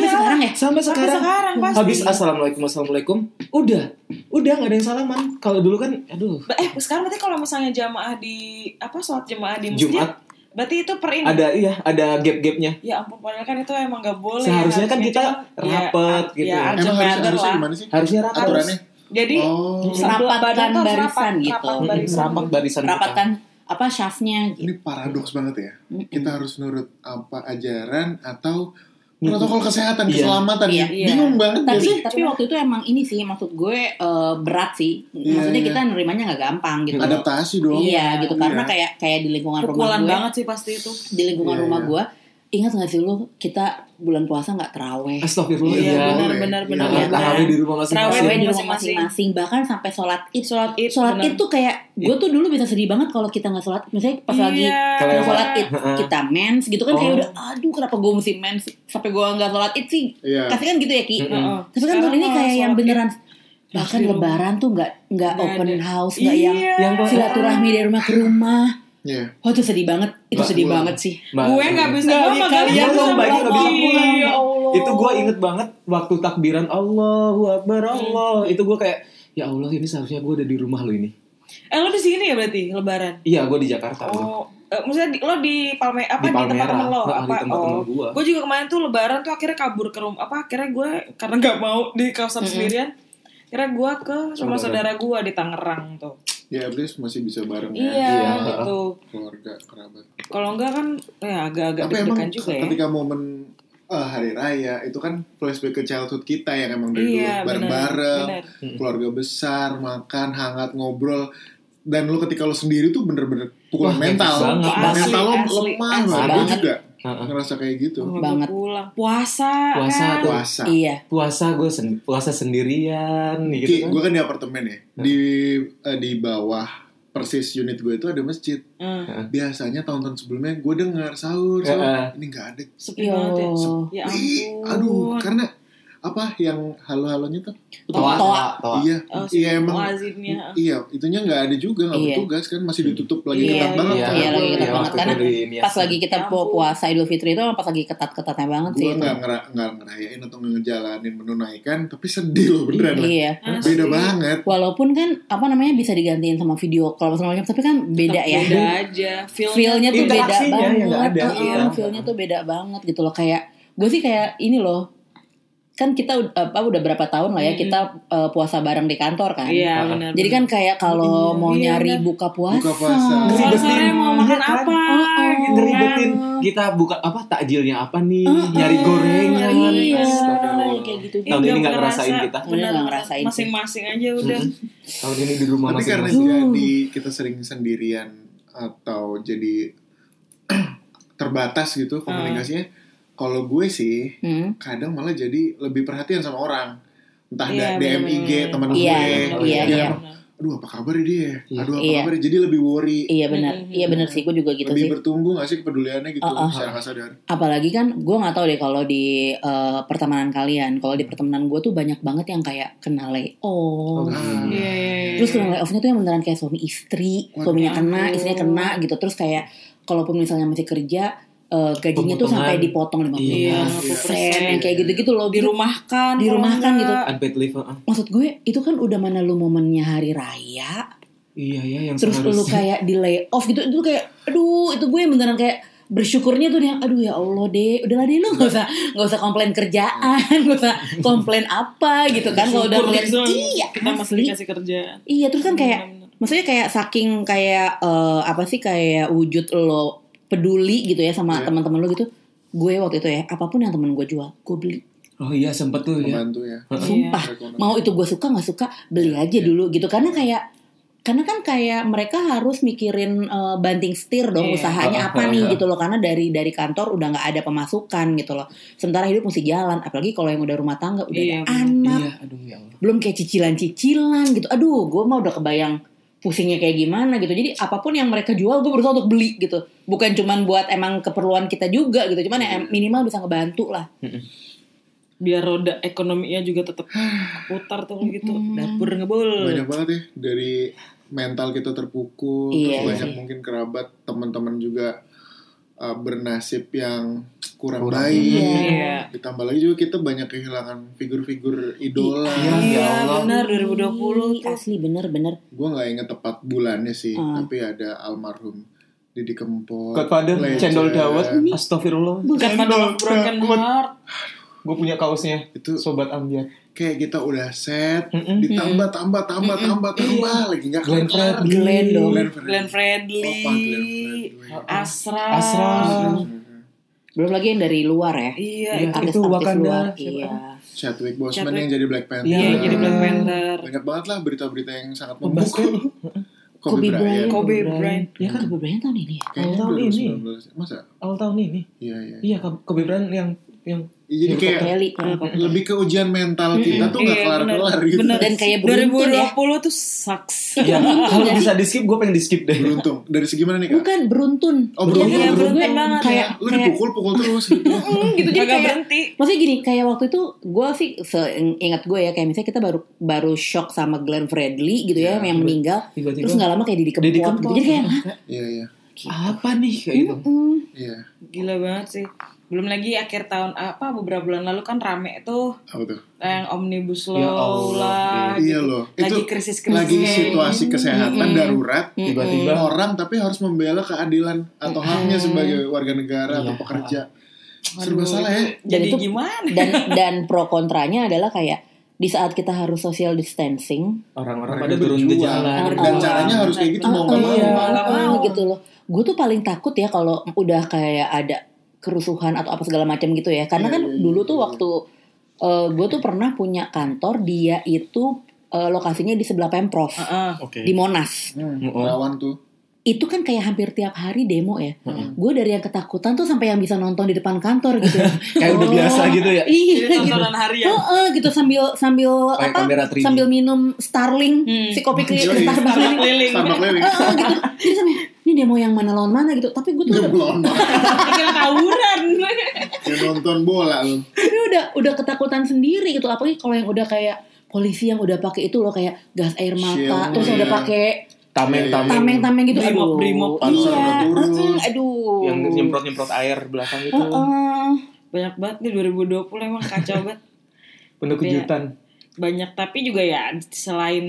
Speaker 1: Sampai sekarang ya?
Speaker 4: Sampai
Speaker 2: Sampai
Speaker 4: sekarang,
Speaker 2: sekarang pasti.
Speaker 4: habis assalamualaikum assalamualaikum, udah, udah nggak ada yang salaman. Kalau dulu kan, aduh,
Speaker 2: eh sekarang berarti kalau misalnya jamaah di apa sholat jamaah di masjid,
Speaker 4: Jumat
Speaker 2: berarti itu per ini.
Speaker 4: ada iya ada gap-gapnya.
Speaker 2: Ya ampun, padahal kan itu emang gak boleh.
Speaker 4: Seharusnya kan
Speaker 2: Harusnya
Speaker 4: kita
Speaker 2: cuma-
Speaker 4: rapet
Speaker 2: ya,
Speaker 4: gitu
Speaker 2: Ya,
Speaker 4: ya.
Speaker 2: urgent
Speaker 3: Emang harus,
Speaker 2: matter
Speaker 3: harusnya
Speaker 2: lah.
Speaker 3: gimana sih?
Speaker 4: Harusnya rapat,
Speaker 3: Aturannya?
Speaker 2: Jadi
Speaker 3: Oh,
Speaker 2: sebelah badan tuh
Speaker 1: Rapatkan
Speaker 2: harus
Speaker 1: barisan
Speaker 2: rapat,
Speaker 1: gitu.
Speaker 2: rapat
Speaker 1: Mm,
Speaker 2: barisan.
Speaker 4: rapat barisan. kita.
Speaker 1: Rapatkan apa syafnya gitu.
Speaker 3: ini paradoks banget ya.
Speaker 1: Mm-mm.
Speaker 3: Kita harus nurut apa ajaran atau protokol kesehatan,
Speaker 4: Iya.
Speaker 3: keselamatan.
Speaker 1: Iya.
Speaker 3: Bingung banget gak sih?
Speaker 1: tapi tapi
Speaker 2: Iya.
Speaker 1: waktu itu emang ini sih maksud gue eh, berat sih
Speaker 3: Iya,
Speaker 1: maksudnya
Speaker 3: iya.
Speaker 1: kita nerimanya nggak gampang gitu
Speaker 3: Adaptasi dong.
Speaker 1: iya gitu karena
Speaker 3: Iya.
Speaker 1: kayak kayak di lingkungan rumah
Speaker 2: Pukulan
Speaker 1: gue
Speaker 2: banget sih pasti itu.
Speaker 1: di lingkungan
Speaker 3: Iya,
Speaker 1: rumah
Speaker 3: iya.
Speaker 1: gue ingat nggak sih lu kita bulan puasa nggak teraweh
Speaker 4: Astagfirullah.
Speaker 3: Iya,
Speaker 4: Iya.
Speaker 2: benar
Speaker 3: boleh.
Speaker 2: benar
Speaker 3: Iya,
Speaker 2: benar.
Speaker 4: Nah,
Speaker 1: Iya,
Speaker 4: Tarawih di rumah
Speaker 2: Tarawih
Speaker 4: masing-masing.
Speaker 1: teraweh di rumah
Speaker 2: masing-masing.
Speaker 1: masing-masing bahkan sampai sholat id
Speaker 2: Sholat id.
Speaker 1: sholat
Speaker 2: benar.
Speaker 1: id tuh kayak gue tuh dulu bisa sedih banget kalau kita nggak sholat id. misalnya pas lagi
Speaker 2: Iya.
Speaker 4: Kalau
Speaker 1: mau sholat id
Speaker 4: Heeh.
Speaker 1: kita mens gitu kan kayak
Speaker 4: Oh.
Speaker 1: udah aduh kenapa gue mesti mens sih? sampai gue nggak sholat id sih
Speaker 3: Iya.
Speaker 1: kasih kan gitu ya ki
Speaker 4: Mm-mm.
Speaker 2: Heeh.
Speaker 1: tapi kan tahun
Speaker 2: Sekarang
Speaker 1: ini
Speaker 2: kalau
Speaker 1: kayak yang
Speaker 2: sholat
Speaker 1: beneran
Speaker 2: id,
Speaker 1: bahkan
Speaker 2: pasti
Speaker 1: lebaran tuh nggak nggak
Speaker 2: Nggak
Speaker 1: open
Speaker 2: ada.
Speaker 1: house
Speaker 2: Iya.
Speaker 1: nggak yang
Speaker 4: Yang
Speaker 1: silaturahmi dari rumah ke rumah
Speaker 3: Iya.
Speaker 1: wah itu sedih banget itu
Speaker 3: Mbak,
Speaker 1: sedih
Speaker 3: pulang.
Speaker 1: banget sih
Speaker 4: Mbak-
Speaker 2: Gue nggak bisa.
Speaker 1: Nggak,
Speaker 2: Gue
Speaker 1: kalian
Speaker 2: nggak
Speaker 4: dong,
Speaker 2: bisa
Speaker 4: Mbak, nggak bisa
Speaker 2: pulang.
Speaker 4: pulang.
Speaker 2: Ya Allah.
Speaker 4: itu gue inget banget waktu takbiran Allahu Akbar
Speaker 2: Hmm.
Speaker 4: Allah itu gue kayak ya Allah ini seharusnya gue ada di rumah lo ini
Speaker 2: Eh lo di sini ya berarti lebaran.
Speaker 4: iya gue di Jakarta bro.
Speaker 2: Oh, eh, maksudnya di, lo di Palme apa
Speaker 4: di
Speaker 2: di, tempat
Speaker 4: Palmera
Speaker 2: temen lo
Speaker 4: Nggak,
Speaker 2: apa?
Speaker 4: di tempat temen
Speaker 2: oh.
Speaker 4: gue
Speaker 2: Gue juga kemarin tuh lebaran tuh akhirnya kabur ke rumah apa akhirnya gue karena nggak mau di kawasan sendirian. Akhirnya gue ke rumah
Speaker 4: Saudara.
Speaker 2: saudara gue di Tangerang tuh.
Speaker 3: Ya, at least masih bisa bareng ya.
Speaker 2: Iya,
Speaker 4: Iya.
Speaker 2: gitu.
Speaker 3: keluarga kerabat.
Speaker 2: Kalau enggak kan ya agak-agak
Speaker 3: Tapi emang
Speaker 2: deg-degan juga ya.
Speaker 3: ketika momen eh, hari raya itu kan flashback ke childhood kita yang emang
Speaker 2: Iya,
Speaker 3: dari dulu
Speaker 2: benar.
Speaker 3: bareng-bareng,
Speaker 2: benar.
Speaker 3: keluarga besar, makan, hangat, ngobrol. Dan lo ketika lo sendiri tuh bener-bener pukul
Speaker 4: Wah,
Speaker 3: mental.
Speaker 4: ngefek banget. Ah.
Speaker 3: Mental
Speaker 2: Asli,
Speaker 3: lo
Speaker 2: asli,
Speaker 3: lemah
Speaker 2: asli Oh,
Speaker 3: banget. Gue
Speaker 1: banget.
Speaker 3: juga
Speaker 4: Heeh.
Speaker 3: ngerasa kayak gitu.
Speaker 2: Gua
Speaker 1: Banget.
Speaker 2: Pulang puasa.
Speaker 4: Puasa
Speaker 2: kan?
Speaker 4: tuh.
Speaker 3: Puasa.
Speaker 1: iya
Speaker 4: puasa gue sen- puasa sendirian
Speaker 3: Ki,
Speaker 4: gitu kan
Speaker 3: gue kan di apartemen ya.
Speaker 4: Nah.
Speaker 3: Di eh, di bawah persis unit gue itu ada masjid.
Speaker 2: Hmm,
Speaker 3: Biasanya tahun-tahun sebelumnya gue dengar sahur,
Speaker 4: Heeh.
Speaker 3: sahur. Ini nggak ada.
Speaker 2: sepi
Speaker 1: Yo.
Speaker 2: banget ya.
Speaker 1: toa
Speaker 2: Ya
Speaker 3: Ih,
Speaker 2: ampun.
Speaker 3: aduh, karena apa yang halo-halonya tuh?
Speaker 4: toa toa, toa.
Speaker 3: Iya,
Speaker 2: Oh,
Speaker 3: iya emang.
Speaker 2: muazzinnya.
Speaker 3: Iya, itunya nggak ada juga nggak
Speaker 1: Iya.
Speaker 3: bertugas kan masih ditutup lagi
Speaker 1: Iya,
Speaker 3: ketat banget.
Speaker 1: iya,
Speaker 3: kan.
Speaker 1: iya, lagi ketat
Speaker 4: waktu
Speaker 1: banget.
Speaker 4: itu
Speaker 1: Karena
Speaker 4: di ya. Nias.
Speaker 1: pas lagi kita mau puasa Idul Fitri itu emang pas lagi ketat-ketatnya banget sih
Speaker 3: Gue
Speaker 1: itu.
Speaker 3: nggak ngera- nggak ngerayain atau ngejalanin menunaikan, tapi sedih loh beneran. lah.
Speaker 1: iya
Speaker 2: Asli.
Speaker 3: Beda banget.
Speaker 1: walaupun kan apa namanya bisa digantiin sama video call segala macam tapi kan beda
Speaker 2: Tetap
Speaker 1: ya
Speaker 2: Beda aja. Feel-nya
Speaker 1: feelnya tuh beda banget
Speaker 4: Interaksinya yang nggak ada.
Speaker 1: Heeh,
Speaker 4: Iya.
Speaker 1: feelnya tuh beda banget gitu loh kayak gue sih kayak ini loh kan kita ud- apa udah berapa tahun lah ya
Speaker 2: Mm-mm.
Speaker 1: kita eh, puasa bareng di kantor kan
Speaker 2: Iya,
Speaker 4: Ah.
Speaker 2: benar.
Speaker 1: jadi kan kayak kalau
Speaker 2: Iya,
Speaker 1: mau
Speaker 2: iya,
Speaker 1: nyari
Speaker 2: benar.
Speaker 1: buka puasa,
Speaker 3: Buka puasa.
Speaker 2: sore
Speaker 4: Ngeribetin.
Speaker 2: mau makan
Speaker 4: Iya kan?
Speaker 2: apa
Speaker 1: Oh, oh.
Speaker 2: gitu kan.
Speaker 4: ngeribetin kita buka apa takjilnya apa nih
Speaker 1: Heeh,
Speaker 4: nyari gorengan
Speaker 1: iya
Speaker 4: Astagfirullah.
Speaker 1: kayak gitu
Speaker 4: Tahun
Speaker 2: Ih,
Speaker 4: ini nggak
Speaker 2: Iya, ngerasa.
Speaker 4: ngerasain kita. Mm-hmm.
Speaker 1: Bener, nggak ngerasain sih.
Speaker 2: Masing-masing aja udah.
Speaker 4: tahun ini di rumah
Speaker 3: Tapi karena
Speaker 4: masing-masing
Speaker 3: jadi kita sering sendirian atau jadi terbatas
Speaker 2: Ah.
Speaker 3: gitu komunikasinya. Kalau gue sih
Speaker 1: Hmm.
Speaker 3: kadang malah jadi lebih perhatian sama orang. Entah
Speaker 2: Iya,
Speaker 3: da- DM
Speaker 2: bener-bener.
Speaker 3: IG teman
Speaker 1: Iya,
Speaker 3: gue,
Speaker 4: iya,
Speaker 3: dia,
Speaker 1: iya.
Speaker 3: aduh apa kabar ya dia,
Speaker 4: Iya.
Speaker 3: aduh apa
Speaker 1: Iya.
Speaker 3: kabar ya?" jadi lebih worry,
Speaker 1: iya benar
Speaker 2: Mm-mm.
Speaker 1: iya benar sih gue juga gitu
Speaker 3: lebih
Speaker 1: sih
Speaker 3: bertumbuh gak sih kepeduliannya gitu
Speaker 1: Uh-uh.
Speaker 3: secara nggak sadar.
Speaker 1: apalagi kan gue nggak tahu deh kalau di eh, pertemanan kalian kalau di pertemanan gue tuh banyak banget yang kayak kena layoff
Speaker 3: Ah.
Speaker 2: Iya, iya, iya.
Speaker 1: Terus kena layoff-nya tuh yang beneran kayak suami istri,
Speaker 3: Waduh.
Speaker 1: suaminya kena,
Speaker 2: Aduh.
Speaker 1: istrinya kena gitu. Terus kayak kalaupun misalnya masih kerja, eh, gajinya tuh
Speaker 4: Pemotongan.
Speaker 1: sampai dipotong 50%
Speaker 4: Iya,
Speaker 1: persen, yang kayak gitu-gitu loh.
Speaker 2: di
Speaker 1: Di rumah.
Speaker 2: dirumahkan
Speaker 1: Di rumah kan gitu.
Speaker 4: unpaid leave heeh.
Speaker 1: Maksud gue itu kan udah mana lu momennya hari raya,
Speaker 4: iya ya yang
Speaker 1: terus lu
Speaker 4: seharusnya.
Speaker 1: kayak di layoff gitu, itu tuh kayak, aduh itu gue yang beneran kayak bersyukurnya tuh dia aduh ya Allah deh udahlah deh lu nggak usah nggak usah komplain kerjaan nggak usah komplain apa gitu kan kalau udah ngeliat iya
Speaker 2: kita masih
Speaker 1: asli
Speaker 2: dikasih kerjaan
Speaker 1: iya terus kan kayak
Speaker 2: Bener-bener.
Speaker 1: maksudnya kayak saking kayak eh, apa sih kayak wujud lo peduli gitu ya sama
Speaker 3: Iya.
Speaker 1: teman-teman lo gitu gue waktu itu ya apapun yang temen gue jual gue beli
Speaker 4: Oh iya sempet tuh ya.
Speaker 3: membantu ya
Speaker 1: sumpah Ah,
Speaker 3: Ekonomi.
Speaker 1: mau itu gue suka nggak suka beli aja
Speaker 3: Iya.
Speaker 1: dulu gitu karena kayak karena kan kayak mereka harus mikirin eh, banting setir dong
Speaker 2: Iya.
Speaker 1: usahanya
Speaker 4: Ah,
Speaker 1: apa
Speaker 4: ah,
Speaker 1: nih
Speaker 4: ah.
Speaker 1: gitu loh karena dari dari kantor udah nggak ada pemasukan gitu loh sementara hidup mesti jalan apalagi kalau yang udah rumah tangga udah ada
Speaker 2: Iya, bener.
Speaker 1: anak
Speaker 4: Iya, aduh ya Allah.
Speaker 1: belum kayak cicilan-cicilan gitu. Aduh, gue mah udah kebayang pusingnya kayak gimana gitu. Jadi apapun yang mereka jual gue berusaha untuk beli gitu. Bukan cuman buat emang keperluan kita juga gitu. Cuman
Speaker 2: Iya.
Speaker 1: ya minimal bisa ngebantu lah.
Speaker 2: biar roda ekonominya juga tetap putar tuh gitu dapur ngebul
Speaker 3: banyak banget ya dari mental kita terpukul
Speaker 1: Iya,
Speaker 3: terus banyak
Speaker 1: iya.
Speaker 3: mungkin kerabat teman-teman juga uh, bernasib yang kurang,
Speaker 4: Kurang.
Speaker 3: baik
Speaker 2: Iya.
Speaker 3: ditambah lagi juga kita banyak kehilangan figur-figur idola
Speaker 4: Iya. Ya Allah.
Speaker 2: benar
Speaker 1: Ih,
Speaker 2: 2020 tuh
Speaker 1: Asli bener-bener.
Speaker 3: gue nggak inget tepat bulannya sih
Speaker 1: Hmm.
Speaker 3: tapi ada almarhum Didi Kempot
Speaker 4: Godfather,
Speaker 3: Legend.
Speaker 4: cendol dawet, Iya. astagfirullah.
Speaker 2: bukan pada
Speaker 3: Cendol,
Speaker 2: broken
Speaker 3: cendol.
Speaker 2: heart
Speaker 4: Gue punya kaosnya,
Speaker 3: itu
Speaker 4: sobat ambiar.
Speaker 3: kayak kita udah set
Speaker 4: Mm-mm.
Speaker 3: ditambah tambah tambah tambah tambah lagi nggak
Speaker 4: Glenn
Speaker 3: kelar.
Speaker 4: Fredly.
Speaker 1: Glenn dong.
Speaker 3: Glenn
Speaker 2: Glenn
Speaker 3: Fredly. Opa Glenn
Speaker 2: Fredly
Speaker 3: Fredly.
Speaker 2: Asra
Speaker 4: Asra.
Speaker 1: Belum lagi yang dari luar ya.
Speaker 2: iya
Speaker 4: Iya.
Speaker 2: itu
Speaker 1: Artis-artis
Speaker 4: itu Wakanda,
Speaker 1: luar.
Speaker 4: siapa?
Speaker 1: Iya.
Speaker 3: Chadwick Boseman
Speaker 2: Chadwick.
Speaker 3: yang jadi Black Panther
Speaker 4: Iya,
Speaker 2: iya
Speaker 4: yang
Speaker 2: jadi Black
Speaker 4: Iya.
Speaker 2: Panther
Speaker 3: banyak banget lah berita-berita yang sangat
Speaker 4: Membaskan.
Speaker 3: memukul
Speaker 1: Kobe
Speaker 3: Kobe Bryant
Speaker 1: Bryant.
Speaker 2: Kobe Bryant
Speaker 3: Iya.
Speaker 4: Oh, Ya kan,
Speaker 1: Iya Kobe Bryant tahun ini ya.
Speaker 3: kayaknya
Speaker 4: Tahun ini.
Speaker 3: 2019. masa
Speaker 4: awal tahun ini.
Speaker 3: iya iya
Speaker 4: Iya, Kobe Bryant yang yang
Speaker 3: jadi
Speaker 1: Untuk
Speaker 3: kayak
Speaker 1: Kelly.
Speaker 3: lebih ke ujian mental kita tuh nggak
Speaker 2: Iya,
Speaker 3: kelar-kelar
Speaker 2: bener.
Speaker 3: gitu
Speaker 2: Bener.
Speaker 1: Dan kayak beruntun ya.
Speaker 2: 2020 tuh sucks
Speaker 4: ya, kalau
Speaker 1: Iya.
Speaker 4: bisa di skip, gue pengen di skip deh.
Speaker 3: beruntung dari segi mana nih kak
Speaker 1: Bukan beruntun.
Speaker 3: Iya. Oh, beruntun,
Speaker 1: Iya,
Speaker 3: beruntun.
Speaker 1: gue
Speaker 2: banget.
Speaker 1: Kayak
Speaker 3: lu
Speaker 1: kayak
Speaker 3: dipukul-pukul terus gitu
Speaker 1: gitu jadi
Speaker 2: Kagak
Speaker 1: kayak
Speaker 2: berhenti
Speaker 1: Maksudnya gini, kayak waktu itu gue sih ingat gue ya, kayak misalnya kita baru baru shock sama Glenn Fredly gitu ya,
Speaker 3: Ya,
Speaker 1: yang meninggal.
Speaker 4: Tiba-tiba,
Speaker 1: Terus nggak lama kayak Didi Kempot.
Speaker 4: Didi
Speaker 1: gitu.
Speaker 4: Kempot.
Speaker 1: Jadi kayak, "Hah?
Speaker 3: iya iya
Speaker 4: apa nih kayak gitu?
Speaker 1: Mm,
Speaker 3: iya
Speaker 2: gila banget sih belum lagi akhir tahun apa beberapa bulan lalu kan rame tuh
Speaker 3: apa tuh
Speaker 2: yang omnibus law
Speaker 4: Ya Allah,
Speaker 2: lah
Speaker 3: iya
Speaker 2: gitu.
Speaker 3: loh
Speaker 2: lagi
Speaker 3: itu
Speaker 2: krisis krisis
Speaker 3: lagi situasi kesehatan
Speaker 1: Mm-mm.
Speaker 3: darurat
Speaker 4: Tiba-tiba
Speaker 3: orang tapi harus membela keadilan atau haknya sebagai warga negara atau
Speaker 4: Iya.
Speaker 3: pekerja serba salah ya
Speaker 2: jadi
Speaker 1: itu-
Speaker 2: gimana
Speaker 1: dan dan pro kontranya adalah kayak di saat kita harus social distancing,
Speaker 4: orang-orang
Speaker 3: Mereka
Speaker 4: pada turun ke
Speaker 3: berjuang.
Speaker 4: jalan.
Speaker 3: dan caranya harus kayak gitu mau nggak
Speaker 1: "Ah,
Speaker 3: mau
Speaker 1: iya, ah,"
Speaker 2: nggak mau.
Speaker 1: gitu loh. Gue tuh paling takut ya kalau udah kayak ada kerusuhan atau apa segala macam gitu ya, karena
Speaker 3: Iya,
Speaker 1: kan
Speaker 3: iya, iya,
Speaker 1: dulu tuh
Speaker 3: iya.
Speaker 1: waktu gue tuh pernah punya kantor dia itu eh, lokasinya di sebelah pemprov
Speaker 2: Heeh.
Speaker 4: Oke.
Speaker 1: di Monas.
Speaker 3: Hmm,
Speaker 4: Oh.
Speaker 3: lawan tuh
Speaker 1: itu kan kayak hampir tiap hari demo ya. Gue dari yang ketakutan tuh sampai yang bisa nonton di depan kantor gitu.
Speaker 4: Kayak udah biasa gitu ya.
Speaker 2: jadi
Speaker 1: iya gitu.
Speaker 2: tontonan harian
Speaker 1: Heeh, gitu sambil sambil
Speaker 4: Kayak
Speaker 1: apa?
Speaker 4: kamera 3D.
Speaker 1: Sambil minum Starling,
Speaker 2: Hmm. iya.
Speaker 1: si kopi keliling
Speaker 3: Jadi,
Speaker 1: Starbucks
Speaker 2: Sama
Speaker 1: ini.
Speaker 2: keliling
Speaker 3: Starbucks keliling
Speaker 1: Heeh, gitu. Jadi sampai ini demo yang mana lawan mana gitu. Tapi gue tuh udah,
Speaker 3: Jeblon banget.
Speaker 2: kira tawuran
Speaker 3: Dia nonton bola lu
Speaker 1: tapi udah udah ketakutan sendiri gitu. Apalagi kalau yang udah kayak polisi yang udah pakai itu loh kayak gas air mata,
Speaker 3: Shield,
Speaker 1: terus yang udah
Speaker 3: iya.
Speaker 1: pakai
Speaker 4: Tameng-tameng.
Speaker 1: tameng-tameng gitu.
Speaker 2: Brimob,
Speaker 1: Aduh.
Speaker 2: brimob.
Speaker 3: Panser
Speaker 1: Iya.
Speaker 3: turun.
Speaker 1: heeh, Aduh.
Speaker 4: Yang nyemprot-nyemprot air belakang itu.
Speaker 1: Heeh.
Speaker 2: banyak banget nih 2020 emang kacau banget
Speaker 4: Penuh kejutan.
Speaker 2: banyak tapi juga ya selain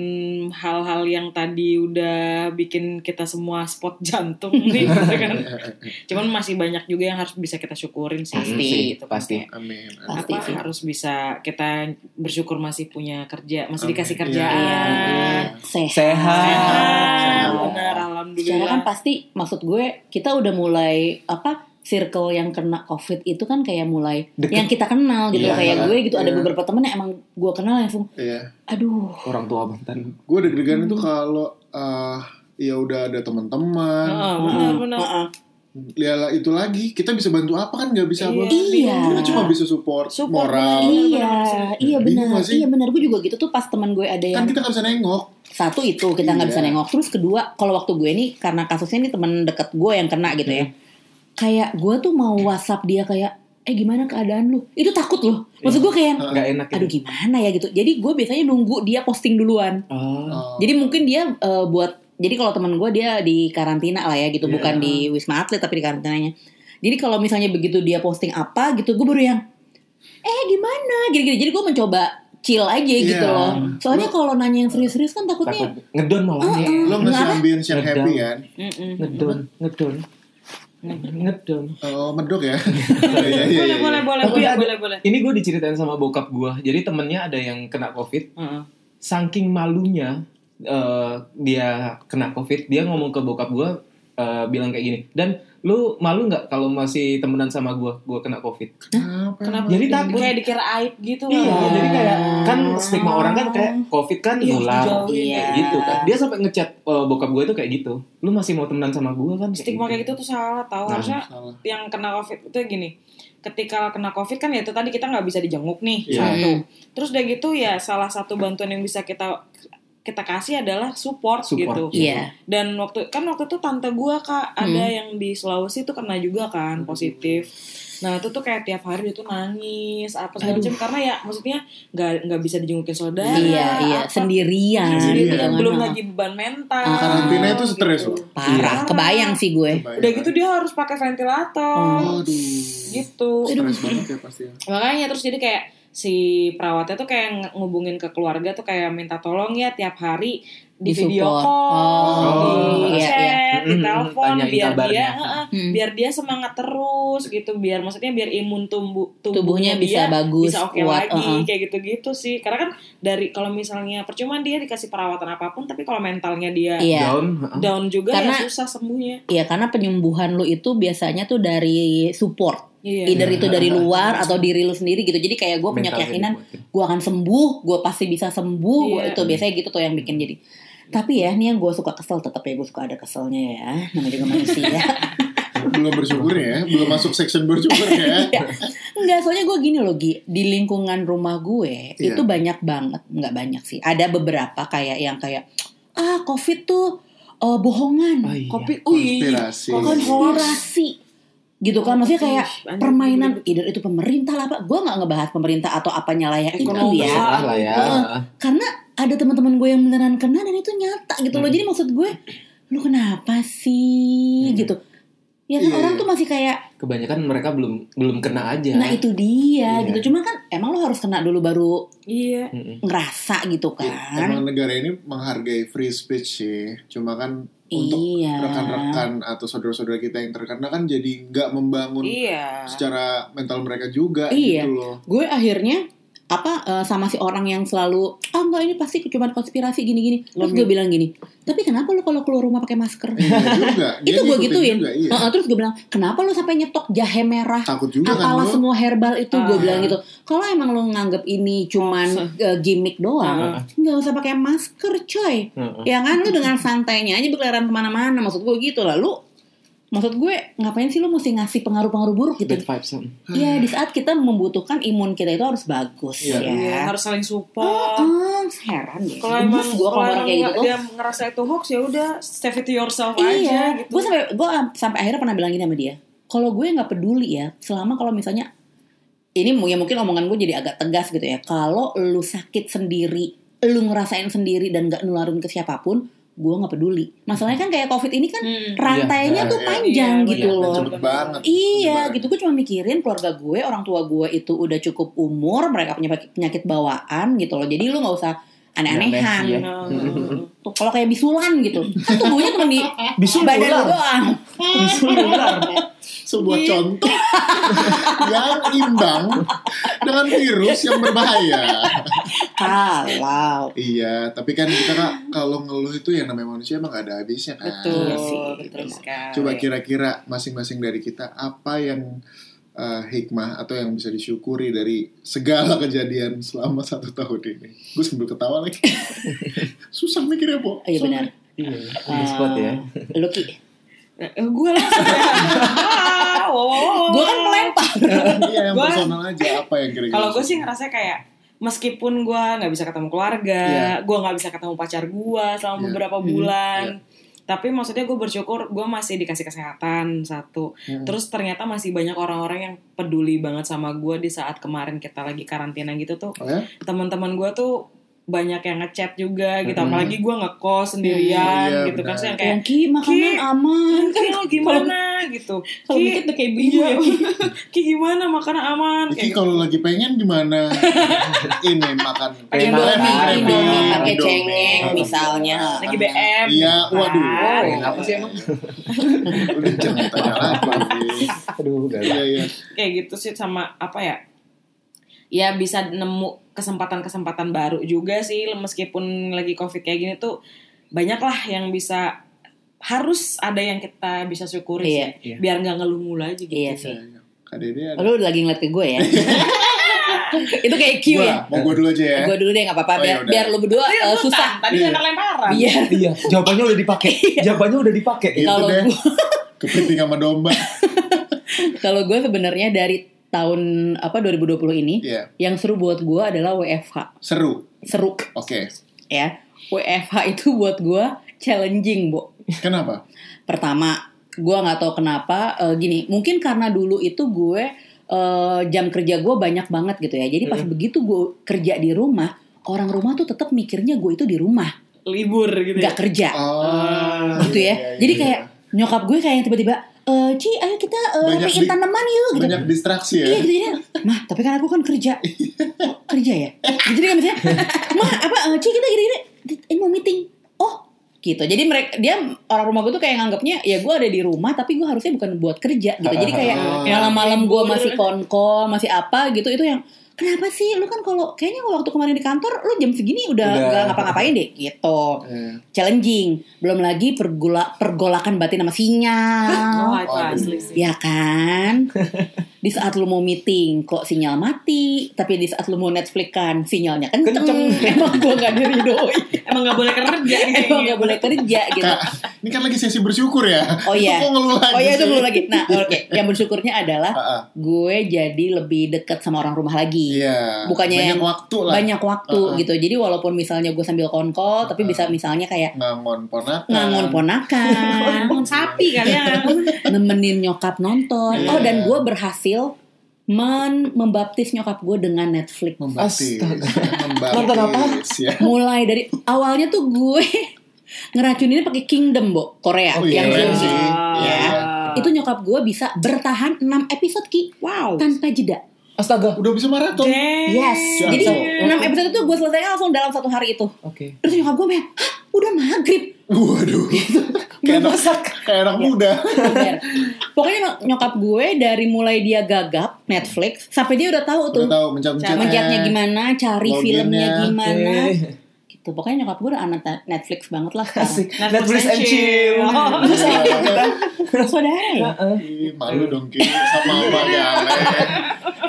Speaker 2: hal-hal yang tadi udah bikin kita semua spot jantung nih gitu kan cuman masih banyak juga yang harus bisa kita syukurin sih
Speaker 1: Pasti,
Speaker 2: gitu kan.
Speaker 4: pasti.
Speaker 3: amin amin.
Speaker 2: apa
Speaker 1: Pasti sih.
Speaker 2: harus bisa kita bersyukur masih punya kerja masih
Speaker 3: Amin.
Speaker 2: dikasih
Speaker 3: Iya,
Speaker 2: kerjaan
Speaker 4: iya. Sehat.
Speaker 2: sehat benar alhamdulillah
Speaker 1: Secara kan pasti maksud gue kita udah mulai apa circle yang kena covid itu kan kayak mulai
Speaker 4: Deket.
Speaker 1: yang kita kenal gitu
Speaker 3: Iya,
Speaker 1: loh. kayak gue gitu ada
Speaker 3: iya.
Speaker 1: beberapa temen yang emang gue kenal langsung
Speaker 3: iya
Speaker 1: aduh
Speaker 4: Orang tua mantan.
Speaker 3: gue deg-degan itu kalau eh, ya udah ada teman-teman
Speaker 2: Heeh, benar
Speaker 4: Iya.
Speaker 2: benar
Speaker 1: Heeh.
Speaker 3: ya itu lagi kita bisa bantu apa kan nggak bisa apa
Speaker 1: Iya.
Speaker 3: kita cuma bisa support,
Speaker 2: Support,
Speaker 3: moral
Speaker 1: iya iya
Speaker 3: Bingung
Speaker 1: benar
Speaker 3: gak
Speaker 1: iya
Speaker 3: sih?
Speaker 1: benar gue juga gitu tuh pas temen gue ada
Speaker 3: kan
Speaker 1: yang
Speaker 3: kita nggak bisa nengok
Speaker 1: satu itu kita nggak bisa
Speaker 3: Iya.
Speaker 1: nengok terus kedua kalau waktu gue nih karena kasusnya ini temen deket gue yang kena gitu
Speaker 3: Hmm.
Speaker 1: ya kayak gue tuh mau whatsapp dia kayak eh gimana keadaan lu itu takut loh maksud gue kayak
Speaker 4: Gak enak
Speaker 1: aduh gimana ya gitu jadi gue biasanya nunggu dia posting duluan
Speaker 4: Ah.
Speaker 3: Oh.
Speaker 1: jadi mungkin dia eh, buat jadi kalau temen gue dia di karantina lah ya gitu
Speaker 4: Iya.
Speaker 1: bukan di wisma atlet tapi di karantinanya jadi kalau misalnya begitu dia posting apa gitu gue baru yang eh gimana gini-gini jadi gue mencoba chill aja gitu
Speaker 3: Iya.
Speaker 1: loh soalnya kalau nanya yang serius-serius kan
Speaker 4: Takut
Speaker 1: takutnya
Speaker 4: ngedon malah.
Speaker 1: Heeh.
Speaker 3: lo ngasih
Speaker 1: Nggak ada.
Speaker 3: ambience yang happy
Speaker 4: Ngedang.
Speaker 3: kan
Speaker 2: Mm-mm.
Speaker 4: Ngedon, ngedon. Ingat dong.
Speaker 3: Oh, medok ya. Iya,
Speaker 2: boleh,
Speaker 3: iya, iya.
Speaker 2: boleh, boleh,
Speaker 4: Tapi
Speaker 2: boleh,
Speaker 4: ada-
Speaker 2: boleh, boleh.
Speaker 4: Ini gue diceritain sama bokap gue. Jadi temennya ada yang kena covid.
Speaker 2: Heeh.
Speaker 4: Saking malunya eh, dia kena covid, dia ngomong ke bokap gue bilang kayak gini. Dan lu malu nggak kalau masih temenan sama gue? Gue kena covid.
Speaker 3: Kenapa?
Speaker 2: Kenapa?
Speaker 4: Jadi takut.
Speaker 2: Kayak dikira aib gitu
Speaker 4: Iya,
Speaker 2: kan.
Speaker 4: jadi kayak kan stigma orang kan kayak covid kan
Speaker 2: Iya,
Speaker 4: nular
Speaker 2: dijauhin.
Speaker 4: kayak
Speaker 1: Iya.
Speaker 4: gitu kan. Dia sampai ngechat eh, bokap gue itu kayak gitu. Lu masih mau temenan sama gue kan?
Speaker 2: stigma kayak gitu tuh salah tahu
Speaker 4: Nah.
Speaker 2: harusnya
Speaker 3: Salah.
Speaker 2: yang kena covid itu gini ketika kena covid kan ya itu tadi kita nggak bisa dijenguk nih
Speaker 4: Iya.
Speaker 2: satu terus udah gitu ya salah satu bantuan yang bisa kita kita kasih adalah support, gitu
Speaker 4: Support.
Speaker 1: Iya.
Speaker 2: dan waktu kan waktu itu tante gua kak ada
Speaker 1: Hmm.
Speaker 2: yang di Sulawesi tuh kena juga kan positif nah itu tuh kayak tiap hari dia tuh nangis apa segala macam karena ya maksudnya nggak nggak bisa dijengukin saudara
Speaker 1: Iya, iya,
Speaker 2: apa.
Speaker 1: sendirian.
Speaker 2: Sendirian,
Speaker 1: jangan,
Speaker 2: belum
Speaker 1: ah.
Speaker 2: lagi beban mental
Speaker 1: Ah.
Speaker 3: Karantina itu stres
Speaker 2: gitu.
Speaker 3: loh.
Speaker 1: Parah,
Speaker 2: Iya.
Speaker 1: kebayang sih gue.
Speaker 3: Kebayang.
Speaker 2: udah gitu dia harus pakai
Speaker 1: Oh.
Speaker 2: ventilator
Speaker 3: Aduh.
Speaker 2: gitu
Speaker 3: Stres banget ya pasti ya.
Speaker 2: makanya terus jadi kayak si perawatnya tuh kayak nge- ngubungin ke keluarga tuh kayak minta tolong ya tiap hari di,
Speaker 1: Di
Speaker 2: video
Speaker 1: support.
Speaker 2: call,
Speaker 4: Oh,
Speaker 2: di
Speaker 1: iya,
Speaker 2: chat,
Speaker 4: iya.
Speaker 2: di
Speaker 4: Mm,
Speaker 2: telepon
Speaker 4: tanyain
Speaker 2: biar dia
Speaker 4: kabarnya.
Speaker 2: heeh,
Speaker 1: Hmm.
Speaker 2: biar dia semangat terus gitu, biar maksudnya biar imun tumbuh
Speaker 1: Tubuhnya bisa
Speaker 2: dia
Speaker 1: bagus,
Speaker 2: bisa oke
Speaker 1: kuat,
Speaker 2: lagi
Speaker 1: uh-uh.
Speaker 2: kayak gitu-gitu sih. Karena kan dari kalau misalnya percuma dia dikasih perawatan apapun tapi kalau mentalnya dia
Speaker 1: Iya.
Speaker 4: Down.
Speaker 2: down juga
Speaker 1: Karena-
Speaker 2: ya susah sembuhnya.
Speaker 1: Iya, karena penyembuhan lu itu biasanya tuh dari support.
Speaker 2: Iya.
Speaker 1: Either itu dari luar atau diri lu sendiri gitu. Jadi kayak gue punya
Speaker 4: Mentalnya
Speaker 1: keyakinan
Speaker 4: dikuatin.
Speaker 1: gue akan sembuh, gue pasti bisa sembuh. Gua-
Speaker 2: Iya.
Speaker 1: Itu biasanya gitu tuh yang bikin jadi. Tapi ya, ini yang gue suka kesel tetap ya gue suka ada keselnya ya. Namanya juga manusia.
Speaker 3: Belum bersyukur ya, belum masuk section bersyukur ya.
Speaker 1: Iya. Enggak, soalnya gue gini loh Gi Di lingkungan rumah gue
Speaker 3: Iya.
Speaker 1: Itu banyak banget Enggak banyak sih Ada beberapa kayak yang kayak Ah covid tuh eh, bohongan
Speaker 4: Oh, iya.
Speaker 1: Kopi Ui
Speaker 3: Konspirasi.
Speaker 1: Konspirasi Gitu kan Maksudnya kayak
Speaker 2: Ih, anjing,
Speaker 1: Permainan Either itu pemerintah lah Gue gak ngebahas pemerintah Atau apa nyalanya itu
Speaker 2: Ekonomi.
Speaker 1: ya
Speaker 4: Salah lah ya.
Speaker 1: Heeh. karena ada teman-teman gue yang beneran kena dan itu nyata gitu loh. Jadi maksud gue, lu kenapa sih
Speaker 4: Hmm.
Speaker 1: gitu? Ya kan
Speaker 3: Iya,
Speaker 1: orang
Speaker 3: iya.
Speaker 1: tuh masih kayak,
Speaker 4: Kebanyakan mereka belum belum kena aja.
Speaker 1: nah itu dia
Speaker 4: Iya.
Speaker 1: gitu. Cuma kan emang lu harus kena dulu baru
Speaker 2: Iya.
Speaker 4: Mm-mm.
Speaker 1: ngerasa gitu kan?
Speaker 3: Iya, Emang negara ini menghargai free speech sih. Cuma kan untuk
Speaker 1: iya.
Speaker 3: rekan-rekan atau saudara-saudara kita yang terkena kan jadi nggak membangun
Speaker 2: Iya.
Speaker 3: secara mental mereka juga
Speaker 1: Iya.
Speaker 3: gitu loh.
Speaker 1: Gue akhirnya apa eh, sama si orang yang selalu ah enggak ini pasti cuma konspirasi gini-gini terus gue
Speaker 2: Lebih-
Speaker 1: bilang gini tapi kenapa lu kalau keluar rumah pakai masker
Speaker 3: Iya juga. Dia
Speaker 1: Itu gua
Speaker 3: ngikutin
Speaker 1: gituin.
Speaker 3: Juga, iya.
Speaker 1: Heeh, terus gue bilang kenapa lu sampai nyetok jahe merah
Speaker 3: Takut juga kan
Speaker 1: apalah
Speaker 3: lo.
Speaker 1: semua herbal itu gue
Speaker 2: Ah.
Speaker 1: bilang gitu kalau emang lo nganggep ini cuman
Speaker 2: Oh,
Speaker 1: eh, gimmick doang
Speaker 4: Ah.
Speaker 1: nggak usah pakai masker coy
Speaker 4: Heeh.
Speaker 1: ya kan lu dengan santainya aja berkeliaran kemana-mana maksud gue gitu lah lu maksud gue ngapain sih lu mesti ngasih pengaruh-pengaruh buruk
Speaker 4: Bad
Speaker 1: gitu
Speaker 4: vibes. mm.
Speaker 1: ya di saat kita membutuhkan imun kita itu harus bagus
Speaker 3: Iya.
Speaker 1: ya
Speaker 2: Iya, harus saling support.
Speaker 1: Ah, heran deh
Speaker 2: kalau
Speaker 1: Gemes
Speaker 2: emang
Speaker 1: gue Iya,
Speaker 2: kalau
Speaker 1: kalau orang
Speaker 2: emang
Speaker 1: kayak gitu
Speaker 2: nggak- dia ngerasa itu hoax ya udah save it to yourself aja
Speaker 1: Iya,
Speaker 2: gitu
Speaker 1: gue sampai gue sampai akhirnya pernah bilang gini sama dia. Kalau gue nggak peduli ya, selama kalau misalnya ini mu- ya mungkin omongan gue jadi agak tegas gitu ya. Kalau lu sakit sendiri, lu ngerasain sendiri dan nggak nularin ke siapapun, gue nggak peduli. Masalahnya kan kayak covid ini kan
Speaker 2: Hmm.
Speaker 1: rantainya
Speaker 3: Iya,
Speaker 1: tuh
Speaker 3: iya,
Speaker 1: panjang
Speaker 2: iya,
Speaker 1: gitu
Speaker 2: iya,
Speaker 1: loh.
Speaker 3: Cepet banget.
Speaker 1: Iya
Speaker 3: Penyebaran.
Speaker 1: gitu gue cuma mikirin keluarga gue orang tua gue itu udah cukup umur mereka punya penyakit- penyakit bawaan gitu loh jadi lu nggak usah aneh-anehan
Speaker 4: Aneh, iya.
Speaker 2: Nah, nah, nah.
Speaker 1: Tuh, kalau kayak bisulan gitu kan tubuhnya cuma di
Speaker 4: Bisul
Speaker 1: badan lu
Speaker 4: dolar.
Speaker 1: doang
Speaker 4: Bisul dolar.
Speaker 3: sebuah
Speaker 2: Iya.
Speaker 3: contoh yang imbang dengan virus yang berbahaya.
Speaker 1: Ah, Kalau
Speaker 3: iya, tapi kan kita kak kalau ngeluh itu yang namanya manusia emang gak ada habisnya kan.
Speaker 2: betul
Speaker 1: Iya sih,
Speaker 2: betul
Speaker 1: benar.
Speaker 2: sekali
Speaker 3: Coba kira-kira masing-masing dari kita apa yang eh, hikmah atau yang bisa disyukuri dari segala kejadian selama satu tahun ini. Gue sambil ketawa lagi. Susah mikirnya, Po.
Speaker 1: Iya
Speaker 3: Susah.
Speaker 1: benar.
Speaker 4: Iya. on the Spot ya.
Speaker 1: Eh, Lu Ki,
Speaker 2: gue langsung Ah, eh, wow, wow, wow.
Speaker 1: gue kan melempar.
Speaker 3: Iya, yang
Speaker 2: Gua-
Speaker 3: personal aja apa yang kira-kira.
Speaker 2: kalau gue sih ngerasa kayak meskipun gue nggak bisa ketemu keluarga gue nggak bisa ketemu pacar gue selama
Speaker 3: Iya.
Speaker 2: beberapa
Speaker 1: Hmm,
Speaker 2: bulan tapi maksudnya gue bersyukur gue masih dikasih kesehatan satu
Speaker 3: Hmm.
Speaker 2: Terus ternyata masih banyak orang-orang yang peduli banget sama gue di saat kemarin kita lagi karantina gitu tuh.
Speaker 3: Oh ya?
Speaker 2: Teman-teman gue tuh banyak yang ngechat juga gitu
Speaker 4: Mm-mm.
Speaker 2: apalagi gue ngekos sendirian
Speaker 3: Hmm. Iya,
Speaker 2: gitu kan
Speaker 3: benar.
Speaker 2: saya kayak
Speaker 1: Yang Ki, makanan
Speaker 2: Ki,
Speaker 1: aman.
Speaker 2: kan lo gimana gitu
Speaker 1: Kalau
Speaker 2: Ki,
Speaker 1: dikit tuh kayak ibu ya.
Speaker 2: iya. Ki gimana makanan aman
Speaker 3: Iki
Speaker 2: kayak gitu.
Speaker 3: kalau lagi pengen gimana? Ini makan
Speaker 4: Pengen
Speaker 3: Krabby,
Speaker 4: makan,
Speaker 3: Krabby,
Speaker 4: Indomie,
Speaker 1: pakai
Speaker 3: Indomie.
Speaker 1: cengeng misalnya.
Speaker 2: lagi BM
Speaker 3: Iya, waduh.
Speaker 2: Kan?
Speaker 4: Oh, apa sih emang?
Speaker 3: Udah jangan tanya lagi.
Speaker 4: Aduh, gak
Speaker 3: Iya, iya.
Speaker 2: kayak gitu sih sama apa ya ya bisa nemu kesempatan-kesempatan baru juga sih meskipun lagi covid kayak gini tuh banyak lah yang bisa harus ada yang kita bisa
Speaker 1: Iya.
Speaker 2: syukuri sih
Speaker 4: Iya.
Speaker 2: biar nggak ngeluh mulu aja gitu
Speaker 1: Iya sih.
Speaker 3: Kak Dede ada.
Speaker 1: Lu lagi ngeliat ke gue ya. Itu kayak Q
Speaker 3: Gua,
Speaker 1: ya.
Speaker 3: Mau gue dulu aja ya.
Speaker 1: Gue dulu deh nggak apa-apa
Speaker 3: Oh,
Speaker 1: biar,
Speaker 3: yaudah.
Speaker 1: biar lu berdua
Speaker 2: Tadi
Speaker 1: eh,
Speaker 2: rebutan,
Speaker 1: susah.
Speaker 2: tadi
Speaker 3: Iya.
Speaker 2: kena lemparan
Speaker 1: Biar
Speaker 4: Iya, jawabannya udah dipakai. jawabannya udah dipakai.
Speaker 3: Gitu
Speaker 1: kalau
Speaker 3: deh.
Speaker 1: gua-
Speaker 3: Kepiting sama domba.
Speaker 1: Iya. kalau gue sebenarnya dari tahun apa 2020 ini
Speaker 3: Iya.
Speaker 1: yang seru buat gue adalah WFH.
Speaker 3: Seru.
Speaker 1: Seru
Speaker 3: Oke.
Speaker 1: ya. WFH itu buat gue challenging, Bu.
Speaker 3: Kenapa?
Speaker 1: Pertama, gue nggak tahu kenapa eh, gini. Mungkin karena dulu itu gue eh, jam kerja gue banyak banget gitu ya. Jadi pas begitu gue kerja di rumah, orang rumah tuh tetap mikirnya gue itu di rumah,
Speaker 2: libur gitu ya
Speaker 1: nggak kerja
Speaker 3: Oh.
Speaker 1: gitu ya. Jadi kayak nyokap gue kayak yang tiba-tiba, eh Ci, ayo kita eh,
Speaker 3: Banyak
Speaker 1: rapiin
Speaker 3: di-
Speaker 1: tanaman yuk gitu.
Speaker 3: banyak distraksi
Speaker 1: Iya
Speaker 3: ya.
Speaker 1: gitu jadi mah tapi kan aku kan kerja Oh, kerja ya jadi kan misalnya mah apa eh, Ci kita gini-gini ini mau meeting oh gitu jadi mereka dia orang rumah gue tuh kayak nganggapnya ya gue ada di rumah tapi gue harusnya bukan buat kerja gitu jadi kayak
Speaker 3: Ah.
Speaker 1: malam-malam gue masih konko masih apa gitu itu yang kenapa sih lu kan kalau kayaknya kalau waktu kemarin di kantor lu jam segini udah
Speaker 4: Udah.
Speaker 1: nggak ngapa-ngapain deh gitu
Speaker 3: Iya.
Speaker 1: challenging belum lagi pergula pergolakan batin sama sinyal
Speaker 2: oh, itu
Speaker 3: Waduh.
Speaker 2: asli sih
Speaker 1: Ya kan? Di saat lu mau meeting kok sinyal mati, tapi di saat lu mau Netflix-kan sinyalnya kenceng.
Speaker 4: Kenceng.
Speaker 1: Emang gua gak diridoi.
Speaker 2: emang nggak boleh kerja gitu
Speaker 1: Emang gak boleh kerja gitu.
Speaker 3: Iya. Kak, ini kan lagi sesi bersyukur ya.
Speaker 1: Oh
Speaker 3: Itu
Speaker 1: iya.
Speaker 3: Kok ngeluh lagi
Speaker 1: Oh iya itu
Speaker 3: sih?
Speaker 1: belum lagi. Nah, oke. Yang bersyukurnya adalah
Speaker 3: Ah, ah.
Speaker 1: gue jadi lebih dekat sama orang rumah lagi.
Speaker 3: Iya.
Speaker 1: Bukannya
Speaker 3: banyak
Speaker 1: yang-
Speaker 3: waktu lah.
Speaker 1: Banyak waktu
Speaker 3: Uh-uh.
Speaker 1: gitu. Jadi walaupun misalnya gue sambil konkol, tapi bisa misalnya kayak
Speaker 3: Ngangon ponakan.
Speaker 1: ngangon ponakan,
Speaker 2: Ngomong sapi kali ya
Speaker 1: Iya nemenin nyokap nonton. Oh
Speaker 3: Iya.
Speaker 1: dan gue berhasil men- membaptis nyokap gue dengan Netflix.
Speaker 3: Membaptis.
Speaker 4: Astaga.
Speaker 3: Membaptis,
Speaker 4: Nonton apa?
Speaker 3: Ya.
Speaker 1: mulai dari awalnya tuh gue ngeracuninnya pakai Kingdom, Bo, Korea
Speaker 3: Oh, iya,
Speaker 1: yang
Speaker 3: keren
Speaker 1: film.
Speaker 3: sih. Iya.
Speaker 1: Itu nyokap gue bisa bertahan 6 episode Ki
Speaker 2: wow
Speaker 1: tanpa jeda.
Speaker 4: Astaga.
Speaker 3: Udah bisa
Speaker 2: Damn.
Speaker 3: maraton.
Speaker 1: Kan- Yes.
Speaker 3: Damn.
Speaker 1: Jadi
Speaker 3: Damn.
Speaker 1: 6 episode itu gue selesai langsung dalam satu hari itu.
Speaker 4: Oke.
Speaker 1: Terus nyokap gue kayak, "Hah, udah maghrib."
Speaker 3: Waduh. kayak anak, kayak anak
Speaker 1: Iya.
Speaker 3: muda.
Speaker 1: Bener. Pokoknya no- nyokap gue dari mulai dia gagap Netflix sampai dia udah tahu tuh
Speaker 3: Udah tahu mencet-mencetnya.
Speaker 1: mencetnya gimana, cari
Speaker 3: Loginnya.
Speaker 1: filmnya gimana.
Speaker 4: Oke.
Speaker 1: Gitu. Pokoknya nyokap gue udah anak Netflix banget lah sekarang.
Speaker 4: Asik. Netflix and chill.
Speaker 2: Oh.
Speaker 1: Saudara ya.
Speaker 3: Iya, Ih, Malu dong Ki sama Mbak Gale.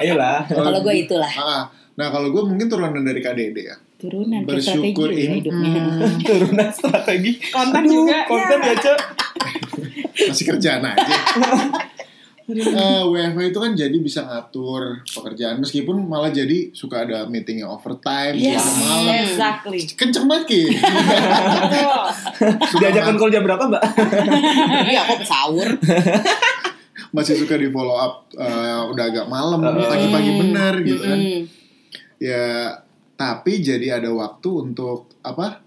Speaker 4: Ayolah.
Speaker 1: Iya. Kalau gue itulah
Speaker 3: Ah, nah kalau gue mungkin turunan dari KDD ya.
Speaker 1: turunan ke strategi
Speaker 3: Bersyukur Hmm.
Speaker 1: ya
Speaker 3: ini.
Speaker 1: hidupnya.
Speaker 4: Turunan strategi.
Speaker 2: Konten
Speaker 4: Aduh,
Speaker 2: juga,
Speaker 4: Konten
Speaker 2: iya.
Speaker 4: ya, Cok.
Speaker 3: Masih kerjaan aja. Eh, WFH itu kan jadi bisa ngatur pekerjaan meskipun malah jadi suka ada meeting yang overtime
Speaker 1: Iya
Speaker 2: Yes,
Speaker 3: siang malam.
Speaker 2: exactly.
Speaker 3: Kenceng banget Ki.
Speaker 2: Betul.
Speaker 3: Suka
Speaker 4: Diajakan
Speaker 3: ma-
Speaker 4: call jam berapa, Mbak?
Speaker 1: Iya, aku sahur.
Speaker 3: masih suka di follow up eh, udah agak malam pagi-pagi bener gitu kan. ya tapi jadi ada waktu untuk apa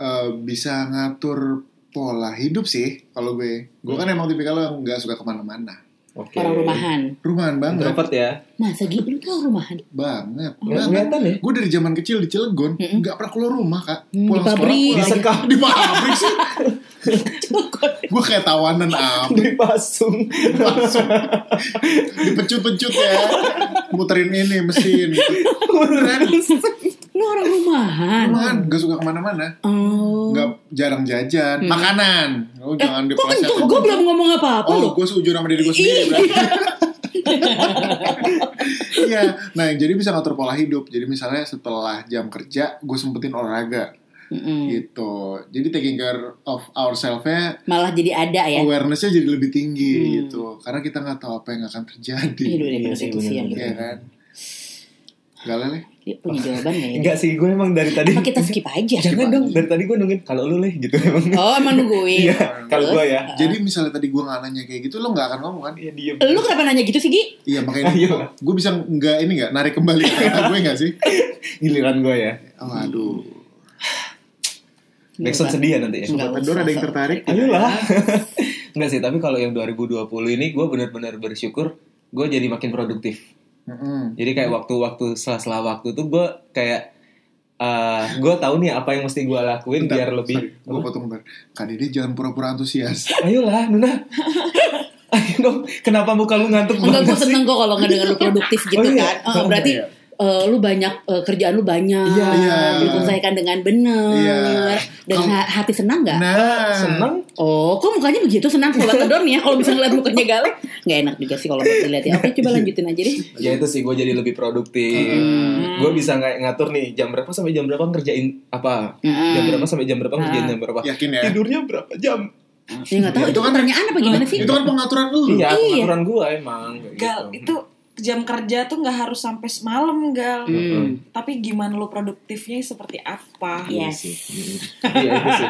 Speaker 3: eh, bisa ngatur pola hidup sih kalau gue gue kan emang tipikalnya nggak suka kemana-mana
Speaker 4: Oke.
Speaker 1: Orang rumahan.
Speaker 3: rumahan banget
Speaker 4: Introvert ya.
Speaker 1: Masa gitu lu tau rumahan?
Speaker 3: banget
Speaker 4: Nggak
Speaker 3: Banget.
Speaker 4: kelihatan ya.
Speaker 3: gue dari zaman kecil di Cilegon
Speaker 1: Mm-mm.
Speaker 3: nggak pernah keluar rumah kak
Speaker 1: Hmm, di
Speaker 3: pulang sekolah
Speaker 1: pabrik.
Speaker 3: pulang-
Speaker 4: Disekap.
Speaker 3: di pabrik sih gue kayak tawanan apa
Speaker 4: Beli pasung.
Speaker 3: dipecut-pecut ya muterin ini mesin gitu.
Speaker 1: Lu orang rumahan.
Speaker 3: rumahan nggak suka kemana-mana
Speaker 1: Oh.
Speaker 3: nggak jarang jajan makanan oh, jangan
Speaker 1: Hmm. Eh, Kok
Speaker 3: dipleset
Speaker 1: kenceng? Gue belum ngomong apa-apa
Speaker 3: oh
Speaker 1: loh.
Speaker 3: gue seujur sama diri gue sendiri berarti. iya nah jadi bisa ngatur pola hidup jadi misalnya setelah jam kerja gue sempetin olahraga
Speaker 1: Mm-mm.
Speaker 3: gitu jadi taking care of ourselves-nya
Speaker 1: Malah jadi ada ya.
Speaker 3: awareness-nya jadi lebih tinggi
Speaker 1: Hmm.
Speaker 3: gitu karena kita nggak tahu apa yang akan terjadi
Speaker 1: Hidup dari
Speaker 4: Iya sih,
Speaker 3: kan?
Speaker 1: prostitusi yang gitu.
Speaker 4: bener-bener.
Speaker 3: Iya kan Gak leleh.
Speaker 1: Dia punya jawaban nggak ya?
Speaker 4: Enggak sih, gue emang dari tadi.
Speaker 1: Apa kita skip aja?
Speaker 4: Jangan dong, dari tadi gue nungguin kalau lu leh gitu emang.
Speaker 1: Oh, emang nungguin.
Speaker 4: Iya, kalau gue ya.
Speaker 1: Terus?
Speaker 3: Jadi misalnya tadi gue nggak nanya kayak gitu, lo nggak akan ngomong kan?
Speaker 4: Iya diem.
Speaker 1: Lu kenapa nanya gitu sih, Gi?
Speaker 3: Iya makanya
Speaker 4: Ayo.
Speaker 3: gue bisa nggak ini nggak narik kembali kata gue nggak sih?
Speaker 4: Giliran gue ya.
Speaker 3: Oh, aduh.
Speaker 4: Backsound sedih ya nanti ya.
Speaker 1: Nggak
Speaker 3: Eh, Sobat Pandora
Speaker 1: usah,
Speaker 3: ada yang
Speaker 1: Sob.
Speaker 3: tertarik?
Speaker 4: Ayolah. Enggak sih, tapi kalau yang 2020 ini gue bener-bener bersyukur gue jadi makin produktif.
Speaker 3: Mm-mm.
Speaker 4: Jadi kayak waktu-waktu sela-sela waktu tuh gue kayak eh gue tahu nih apa yang mesti gue lakuin
Speaker 3: Bentar,
Speaker 4: biar lebih.
Speaker 3: sorry, Gue potong bentar. Kak Dede jangan pura-pura antusias.
Speaker 4: Ya. Ayolah, Nuna. Ayo dong, kenapa muka lu ngantuk
Speaker 1: Enggak, gue
Speaker 4: banget sih?
Speaker 1: seneng kok kalau ngedenger lu produktif gitu
Speaker 4: Oh, iya.
Speaker 1: kan. Oh, berarti
Speaker 3: Iya.
Speaker 1: eh, lu banyak eh, kerjaan lu banyak.
Speaker 4: Iya.
Speaker 3: Iya.
Speaker 1: Diselesaikan dengan benar.
Speaker 3: Iya.
Speaker 1: Dan
Speaker 3: Kalau-
Speaker 1: ha- hati senang nggak?
Speaker 3: Nah,
Speaker 4: Seneng?
Speaker 1: Oh, kok mukanya begitu senang sobat kedor nih ya? Kalau bisa ngeliat mukanya galak, nggak enak juga sih kalau buat dilihat ya. Oke, coba lanjutin aja deh.
Speaker 4: Ya itu sih gue jadi lebih
Speaker 3: Iya.
Speaker 4: produktif.
Speaker 2: Hmm.
Speaker 4: Gue bisa ng- ngatur nih jam berapa sampai jam berapa ngerjain apa. Jam
Speaker 1: Mm.
Speaker 4: berapa sampai jam berapa ngerjain jam berapa.
Speaker 3: yakin ya?
Speaker 4: Tidurnya berapa jam?
Speaker 1: Ya nggak tahu
Speaker 3: Itu
Speaker 1: itu
Speaker 3: kan-
Speaker 1: pertanyaan apa gimana sih?
Speaker 3: Itu kan pengaturan lu.
Speaker 4: Iya,
Speaker 1: Iya.
Speaker 4: pengaturan gue emang. kayak
Speaker 2: Gal,
Speaker 4: gitu.
Speaker 2: itu jam kerja tuh nggak harus sampai semalam, Gal.
Speaker 1: Hmm.
Speaker 2: Tapi gimana lu produktifnya seperti apa?
Speaker 1: Iya.
Speaker 4: sih. Iya itu sih.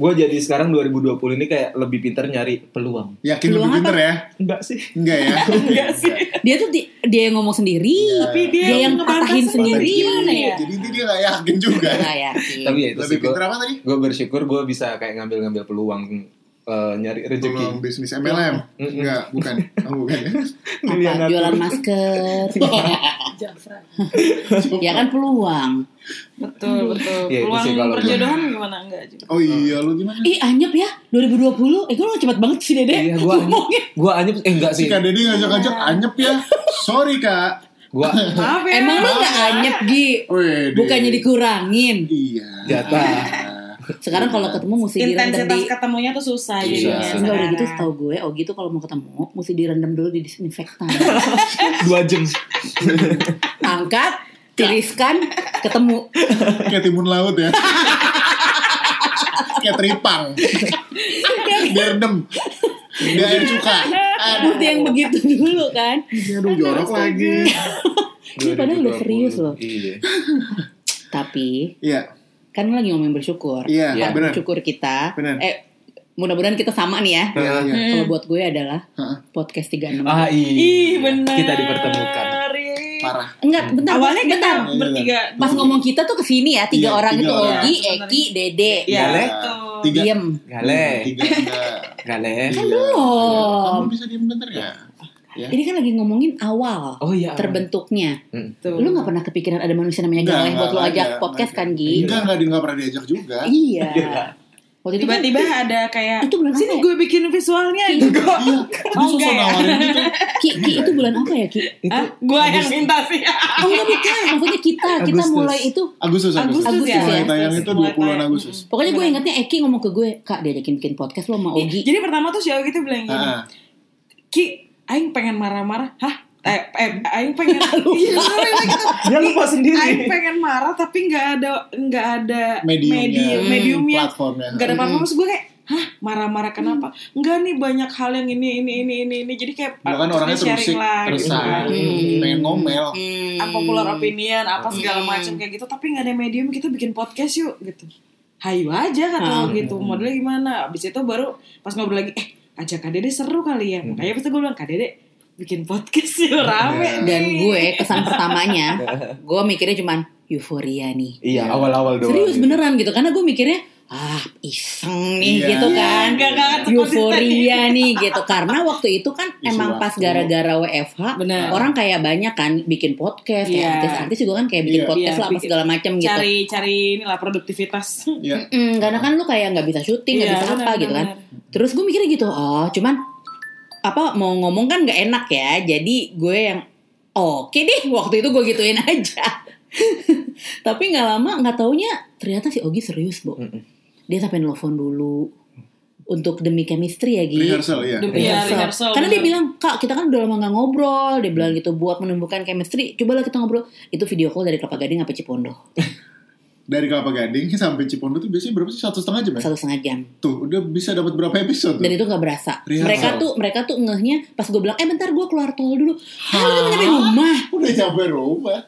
Speaker 4: Gue jadi sekarang 2020 ini kayak lebih pintar nyari peluang.
Speaker 3: Yakin
Speaker 1: Lu
Speaker 3: lebih
Speaker 1: apa?
Speaker 3: pinter ya?
Speaker 4: Enggak sih.
Speaker 3: Enggak ya? Enggak sih.
Speaker 1: Dia tuh di- dia yang ngomong sendiri.
Speaker 2: Tapi dia,
Speaker 1: Dia yang
Speaker 2: ngebantah
Speaker 1: patahin sendiri. Iya,
Speaker 2: Gimana ya?
Speaker 3: iya, Jadi dia dia nggak yakin juga.
Speaker 1: Nggak yakin.
Speaker 4: Tapi ya itu
Speaker 3: Lebih
Speaker 4: sih gue.
Speaker 3: pinter apa tadi?
Speaker 4: bersyukur gue bisa kayak ngambil-ngambil peluang eh, nyari
Speaker 3: Belum
Speaker 4: rezeki.
Speaker 3: bisnis MLM?
Speaker 4: Mm-mm.
Speaker 3: Enggak, bukan. Oh, bukan ya.
Speaker 4: Pilihan
Speaker 1: Apa,
Speaker 4: aku.
Speaker 1: jualan masker. ya kan peluang.
Speaker 2: Betul, betul.
Speaker 4: Iya, itu
Speaker 2: Peluang
Speaker 4: sih kalau-
Speaker 2: perjodohan gimana enggak juga?
Speaker 3: Oh iya, lu gimana?
Speaker 1: Ih anyep ya 2020 Eh gue lo cepet banget sih Dede
Speaker 4: Iya, gua-
Speaker 1: Ngomongnya.
Speaker 4: Gue anjep eh enggak
Speaker 3: Si
Speaker 4: sih.
Speaker 3: Kak Dede ngajak-ngajak anyep ya. Sorry, Kak.
Speaker 4: Gue
Speaker 2: Maaf ya.
Speaker 1: Emang lo gak anyep Gi
Speaker 3: Wih, Dede.
Speaker 1: Bukannya dikurangin
Speaker 3: Iya.
Speaker 4: jatah.
Speaker 1: Sekarang kalau ketemu mesti direndam
Speaker 2: intensitas
Speaker 1: di
Speaker 2: ketemunya tuh susah
Speaker 4: Iya,
Speaker 3: Iya.
Speaker 4: Susah.
Speaker 2: jadinya.
Speaker 1: Enggak udah
Speaker 2: sekarang.
Speaker 1: gitu setahu gue Oh gitu kalau mau ketemu Mesti direndam dulu di disinfektan
Speaker 4: Dua jam.
Speaker 1: Angkat Tiriskan Ketemu
Speaker 3: Kayak timun laut ya. Kayak teripang. Biar dem. Biar air cuka. Aduh,
Speaker 1: Mesti yang begitu dulu kan
Speaker 3: aduh jorok lagi.
Speaker 1: Ini padahal udah serius loh.
Speaker 4: Iya.
Speaker 1: Tapi
Speaker 3: Iya,
Speaker 1: Kan lo lagi ngomongin bersyukur
Speaker 3: iya,
Speaker 4: Iya.
Speaker 3: benar.
Speaker 1: Bersyukur kita
Speaker 3: Bener.
Speaker 1: Eh mudah-mudahan kita sama nih ya
Speaker 3: Iya, iya.
Speaker 1: Kalau buat gue adalah
Speaker 3: Heeh.
Speaker 1: Podcast 36
Speaker 4: Ah, iya.
Speaker 2: Ih, benar.
Speaker 4: Kita dipertemukan.
Speaker 3: Parah.
Speaker 1: Enggak bentar
Speaker 2: Awalnya kita
Speaker 1: bentar
Speaker 2: bertiga.
Speaker 4: Iya.
Speaker 1: Pas ngomong kita tuh kesini ya tiga
Speaker 3: Iya,
Speaker 1: orang
Speaker 3: tiga
Speaker 1: itu
Speaker 3: orang.
Speaker 1: Ogi, Eki, Dede.
Speaker 2: Iya,
Speaker 4: Galeh.
Speaker 2: betul.
Speaker 3: Tiga.
Speaker 1: Diem.
Speaker 4: Gale.
Speaker 3: Tiga, enggak.
Speaker 4: Gale.
Speaker 1: Kan
Speaker 3: Iya.
Speaker 1: belum.
Speaker 3: Kamu bisa diem bentar ya? gak?
Speaker 1: Ini kan lagi ngomongin awal
Speaker 4: Oh iya. Hmm.
Speaker 1: terbentuknya.
Speaker 2: Tuh.
Speaker 1: Lu nggak pernah kepikiran ada manusia namanya
Speaker 3: Nggak,
Speaker 1: Galeh buat lu
Speaker 3: nggak,
Speaker 1: ajak
Speaker 3: nggak,
Speaker 1: podcast
Speaker 3: nggak. Iya.
Speaker 1: kan Gi?
Speaker 3: Enggak, enggak, enggak pernah diajak juga.
Speaker 1: Iya.
Speaker 4: Iya.
Speaker 1: Waktu itu kan-
Speaker 2: Tiba-tiba ada kayak
Speaker 1: itu bulan apa
Speaker 2: sini
Speaker 1: ya?
Speaker 2: gue bikin visualnya gitu.
Speaker 3: Iya,
Speaker 2: Mau
Speaker 3: dia susah
Speaker 2: nggak ya?
Speaker 3: nawarin gitu.
Speaker 1: Ki, Ki, itu bulan apa ya Ki?
Speaker 2: Hah? Gue yang minta sih.
Speaker 1: Oh enggak bukan, maksudnya kita, kita
Speaker 4: Agustus.
Speaker 1: mulai itu.
Speaker 3: Agustus, Agustus.
Speaker 1: Agustus ya?
Speaker 3: Mulai tayang itu
Speaker 2: Mulai
Speaker 3: 20-an
Speaker 2: tayang.
Speaker 3: Agustus.
Speaker 1: Pokoknya gue
Speaker 2: Benar.
Speaker 1: ingatnya Eki ngomong ke gue, Kak diajakin bikin podcast lo sama
Speaker 2: Ih,
Speaker 1: Ogi.
Speaker 2: Jadi pertama tuh si Ogi tuh bilang gini,
Speaker 3: Heeh.
Speaker 2: Ki, Aing pengen marah-marah, hah? Eh, eh, Aing pengen, Iya, sorry, Aing gitu.
Speaker 4: Dia
Speaker 1: ah,
Speaker 4: lupa
Speaker 2: Aing
Speaker 4: sendiri.
Speaker 2: pengen marah tapi nggak ada nggak ada
Speaker 3: Mediumnya.
Speaker 2: medium,
Speaker 3: Hmm,
Speaker 2: mediumnya,
Speaker 3: platformnya.
Speaker 2: nggak ada apa-apa. Maksud gue kayak, hah? Marah-marah kenapa?
Speaker 3: Hmm.
Speaker 2: Nggak nih banyak hal yang ini ini ini ini ini. Jadi kayak
Speaker 3: Gua kan
Speaker 2: maksudnya
Speaker 3: orangnya terusik,
Speaker 2: sharing lah, gitu kan.
Speaker 3: terusan, pengen ngomel.
Speaker 1: Hmm.
Speaker 2: apa popular
Speaker 5: Iya.
Speaker 2: opinion apa segala macam kayak gitu tapi nggak ada medium kita bikin podcast yuk gitu hayu aja
Speaker 5: Ah.
Speaker 2: kata lo gitu modelnya gimana abis itu baru pas ngobrol lagi eh ajak kak dede seru kali ya
Speaker 5: Hmm.
Speaker 2: makanya abis itu gue bilang kak dede bikin podcast yuk
Speaker 5: Ah.
Speaker 2: rame Iya,
Speaker 1: Dan gue kesan pertamanya, gue mikirnya cuman euforia nih.
Speaker 4: Iya, awal-awal doang.
Speaker 1: Serius
Speaker 4: gitu.
Speaker 1: beneran gitu karena gue mikirnya ah iseng nih
Speaker 3: Iya.
Speaker 1: gitu
Speaker 3: Iya,
Speaker 1: kan
Speaker 2: nggak- nggak akan
Speaker 1: euforia nih gitu karena waktu itu kan
Speaker 3: Isi
Speaker 1: emang pas
Speaker 3: waktu.
Speaker 1: gara-gara WFH
Speaker 2: Benar.
Speaker 1: orang kayak banyak kan bikin podcast
Speaker 2: Iya.
Speaker 1: ya artis-artis juga kan kayak bikin
Speaker 3: Iya,
Speaker 1: podcast
Speaker 2: iya,
Speaker 1: lah apa
Speaker 2: bikin-
Speaker 1: segala macam gitu
Speaker 2: cari cari inilah produktivitas
Speaker 3: Iya.
Speaker 1: Mm, karena kan lu kayak nggak bisa syuting nggak
Speaker 2: Iya,
Speaker 1: bisa apa
Speaker 2: benar,
Speaker 1: gitu kan
Speaker 2: benar.
Speaker 1: terus gue mikirnya gitu oh cuman apa mau ngomong kan nggak enak ya jadi gue yang oke deh waktu itu gue gituin aja tapi nggak lama nggak taunya ternyata si Ogi serius bu
Speaker 4: Mm-mm.
Speaker 1: dia sampai nelfon dulu untuk demi chemistry ya Gi
Speaker 3: Rehearsal, iya.
Speaker 2: Demi
Speaker 1: Rehearsal.
Speaker 2: rehearsal,
Speaker 1: Karena dia
Speaker 2: benar.
Speaker 1: bilang, Kak kita kan udah lama gak ngobrol Dia bilang gitu, buat menumbuhkan chemistry Cobalah kita ngobrol Itu video call dari Kelapa Gading sampai Cipondo
Speaker 3: Dari Kelapa Gading sampai Cipondo tuh biasanya berapa sih? Satu setengah jam ya?
Speaker 1: Satu setengah jam
Speaker 3: Tuh, udah bisa dapat berapa episode
Speaker 1: dan
Speaker 3: tuh?
Speaker 1: itu nggak berasa
Speaker 3: Real.
Speaker 1: mereka tuh mereka tuh ngehnya pas gue bilang eh bentar gue keluar tol dulu Hah, lu udah nyampe rumah
Speaker 3: Udah nyampe rumah.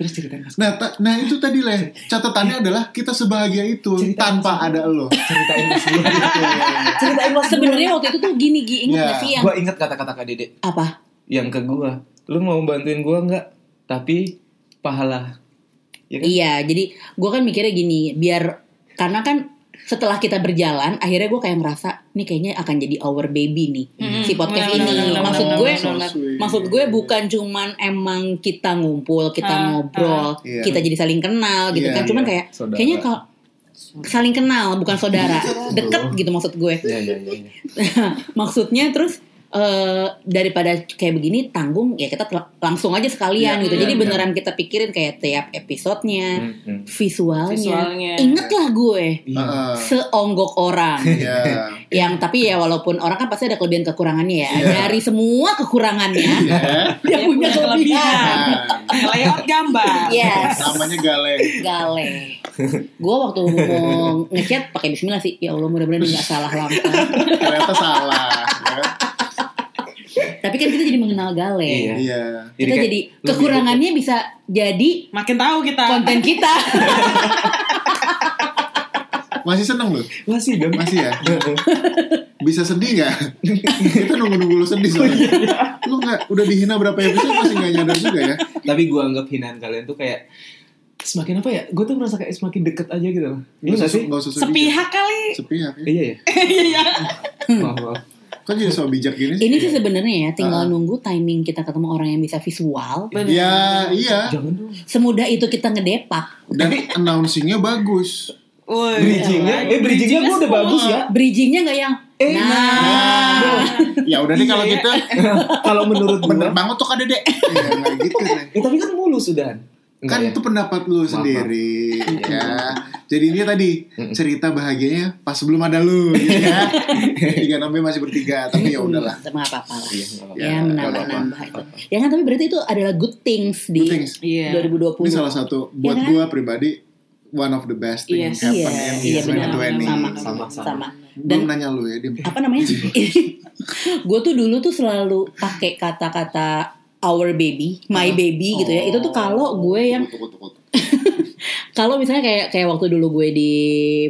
Speaker 4: Terus ceritain mas,
Speaker 3: Nah, ta- nah itu tadi leh catatannya adalah kita sebahagia itu
Speaker 4: Cerita-
Speaker 3: tanpa ada lo.
Speaker 4: ceritain mas dulu.
Speaker 1: Ceritain mas. Sebenarnya waktu itu tuh gini, Gi, ingat
Speaker 4: Iya.
Speaker 3: Ya.
Speaker 1: gak sih yang
Speaker 5: Gue inget kata-kata Kak Dede
Speaker 1: apa?
Speaker 5: yang ke gue. Lu mau bantuin gue nggak? Tapi pahala. Ya kan?
Speaker 1: Iya, jadi gue kan mikirnya gini, biar karena kan setelah kita berjalan, akhirnya gue kayak merasa nih kayaknya akan jadi our baby nih si podcast
Speaker 2: Benar,
Speaker 1: ini.
Speaker 2: benar, benar,
Speaker 1: maksud
Speaker 2: benar,
Speaker 1: gue,
Speaker 2: benar, benar.
Speaker 1: maksud gue bukan cuman emang kita ngumpul, kita
Speaker 2: Ah,
Speaker 1: ngobrol,
Speaker 3: Iya.
Speaker 1: kita jadi saling kenal gitu
Speaker 3: Iya,
Speaker 1: kan. Cuman
Speaker 5: iya.
Speaker 1: kayak
Speaker 5: Saudara.
Speaker 1: kayaknya kalau saling kenal bukan saudara, deket gitu maksud gue.
Speaker 5: Iya, iya, iya. iya.
Speaker 1: Nah. Maksudnya terus eh, daripada kayak begini tanggung ya kita tel- langsung aja sekalian
Speaker 3: Iya,
Speaker 1: gitu.
Speaker 2: iya,
Speaker 1: Jadi
Speaker 5: iya.
Speaker 1: beneran kita pikirin kayak tiap episodenya,
Speaker 5: Hmm, hmm.
Speaker 1: visualnya.
Speaker 2: Visualnya.
Speaker 1: Ingatlah gue
Speaker 4: Iya.
Speaker 5: Ah,
Speaker 3: Heeh.
Speaker 1: seonggok orang.
Speaker 3: Iya.
Speaker 1: yang tapi ya walaupun orang kan pasti ada kelebihan kekurangannya ya.
Speaker 3: Iya.
Speaker 1: Dari semua kekurangannya dia punya kelebihan.
Speaker 2: Layout gambar.
Speaker 1: Yes.
Speaker 3: Nah, Namanya galeng.
Speaker 1: Gale. Gue waktu mau ngechat pakai bismillah sih. Ya Allah mudah-mudahan nggak salah langkah.
Speaker 3: Ternyata salah. ya.
Speaker 1: tapi kan kita jadi mengenal Gale.
Speaker 5: Iya.
Speaker 3: Iya.
Speaker 1: Kita
Speaker 5: kayak
Speaker 1: jadi
Speaker 5: lebih
Speaker 1: kekurangannya bisa jadi
Speaker 2: Makin tahu kita.
Speaker 1: konten kita.
Speaker 3: Masih seneng lu?
Speaker 5: gitu. Masih dong.
Speaker 3: Masih ya? Bisa sedih nggak? Kita nunggu-nunggu lu sedih soalnya. Lu nggak udah dihina berapa episode masih iya. nggak nyadar juga ya?
Speaker 5: Tapi gue anggap hinaan kalian tuh kayak semakin apa ya? Gue tuh merasa kayak semakin deket aja gitu loh. Iya
Speaker 3: Nggak
Speaker 5: gak
Speaker 3: usah-
Speaker 5: sih?
Speaker 3: nggak usah sedih.
Speaker 2: Sepihak kali.
Speaker 3: Sepihak. ya.
Speaker 5: Iya ya.
Speaker 2: Iya, iya.
Speaker 3: Eh.
Speaker 5: Maaf, maaf.
Speaker 3: Kok jadi so bijak gini sih?
Speaker 1: Ini sih sebenarnya ya tinggal
Speaker 3: Ah.
Speaker 1: nunggu timing kita ketemu orang yang bisa visual.
Speaker 2: Benar.
Speaker 3: Ya, iya.
Speaker 5: Jangan dong.
Speaker 1: Semudah itu kita ngedepak.
Speaker 3: Dan announcingnya bagus.
Speaker 2: Woi.
Speaker 5: Bridgingnya, eh bridgingnya gue udah bagus ya.
Speaker 1: Bridgingnya nggak yang
Speaker 5: Eh,
Speaker 1: nah.
Speaker 2: Ah.
Speaker 3: Ya udah deh kalau
Speaker 2: Iya,
Speaker 3: gitu.
Speaker 5: Kalau menurut gue,
Speaker 3: Bener banget tuh kan Dede. Iya, nggak gitu Neng.
Speaker 5: eh, tapi kan mulus udah. ya?
Speaker 3: Kan itu pendapat lu
Speaker 5: Maaf,
Speaker 3: sendiri
Speaker 5: maaf.
Speaker 3: ya. Jadi ini tadi
Speaker 5: Mm-mm.
Speaker 3: cerita bahagianya pas belum ada lu gitu ya. Tiga namanya masih bertiga, tapi ya udahlah.
Speaker 1: Sama apa-apa lah.
Speaker 5: Iya, nggak apa-apa.
Speaker 1: ya,
Speaker 3: Ya,
Speaker 1: menambah-nambah itu. Ya kan tapi berarti itu adalah good things di
Speaker 3: Good things.
Speaker 2: Iya.
Speaker 1: 2020.
Speaker 3: Ini salah satu buat
Speaker 1: kan?
Speaker 3: gua pribadi one of the best thing
Speaker 2: Yes.
Speaker 1: Iya,
Speaker 3: happen in
Speaker 1: iya benar. Sama,
Speaker 3: 2020.
Speaker 5: Sama,
Speaker 1: sama,
Speaker 5: sama.
Speaker 1: sama.
Speaker 3: Belum
Speaker 1: Dan-
Speaker 3: nanya lu ya, Dim.
Speaker 1: Apa namanya? gue tuh dulu tuh selalu pakai kata-kata our baby,
Speaker 3: Ah.
Speaker 1: my baby gitu ya. Itu tuh kalau gue yang
Speaker 3: Oh. Kutuk, kutuk, kutuk.
Speaker 1: kalau misalnya kayak kayak waktu dulu gue di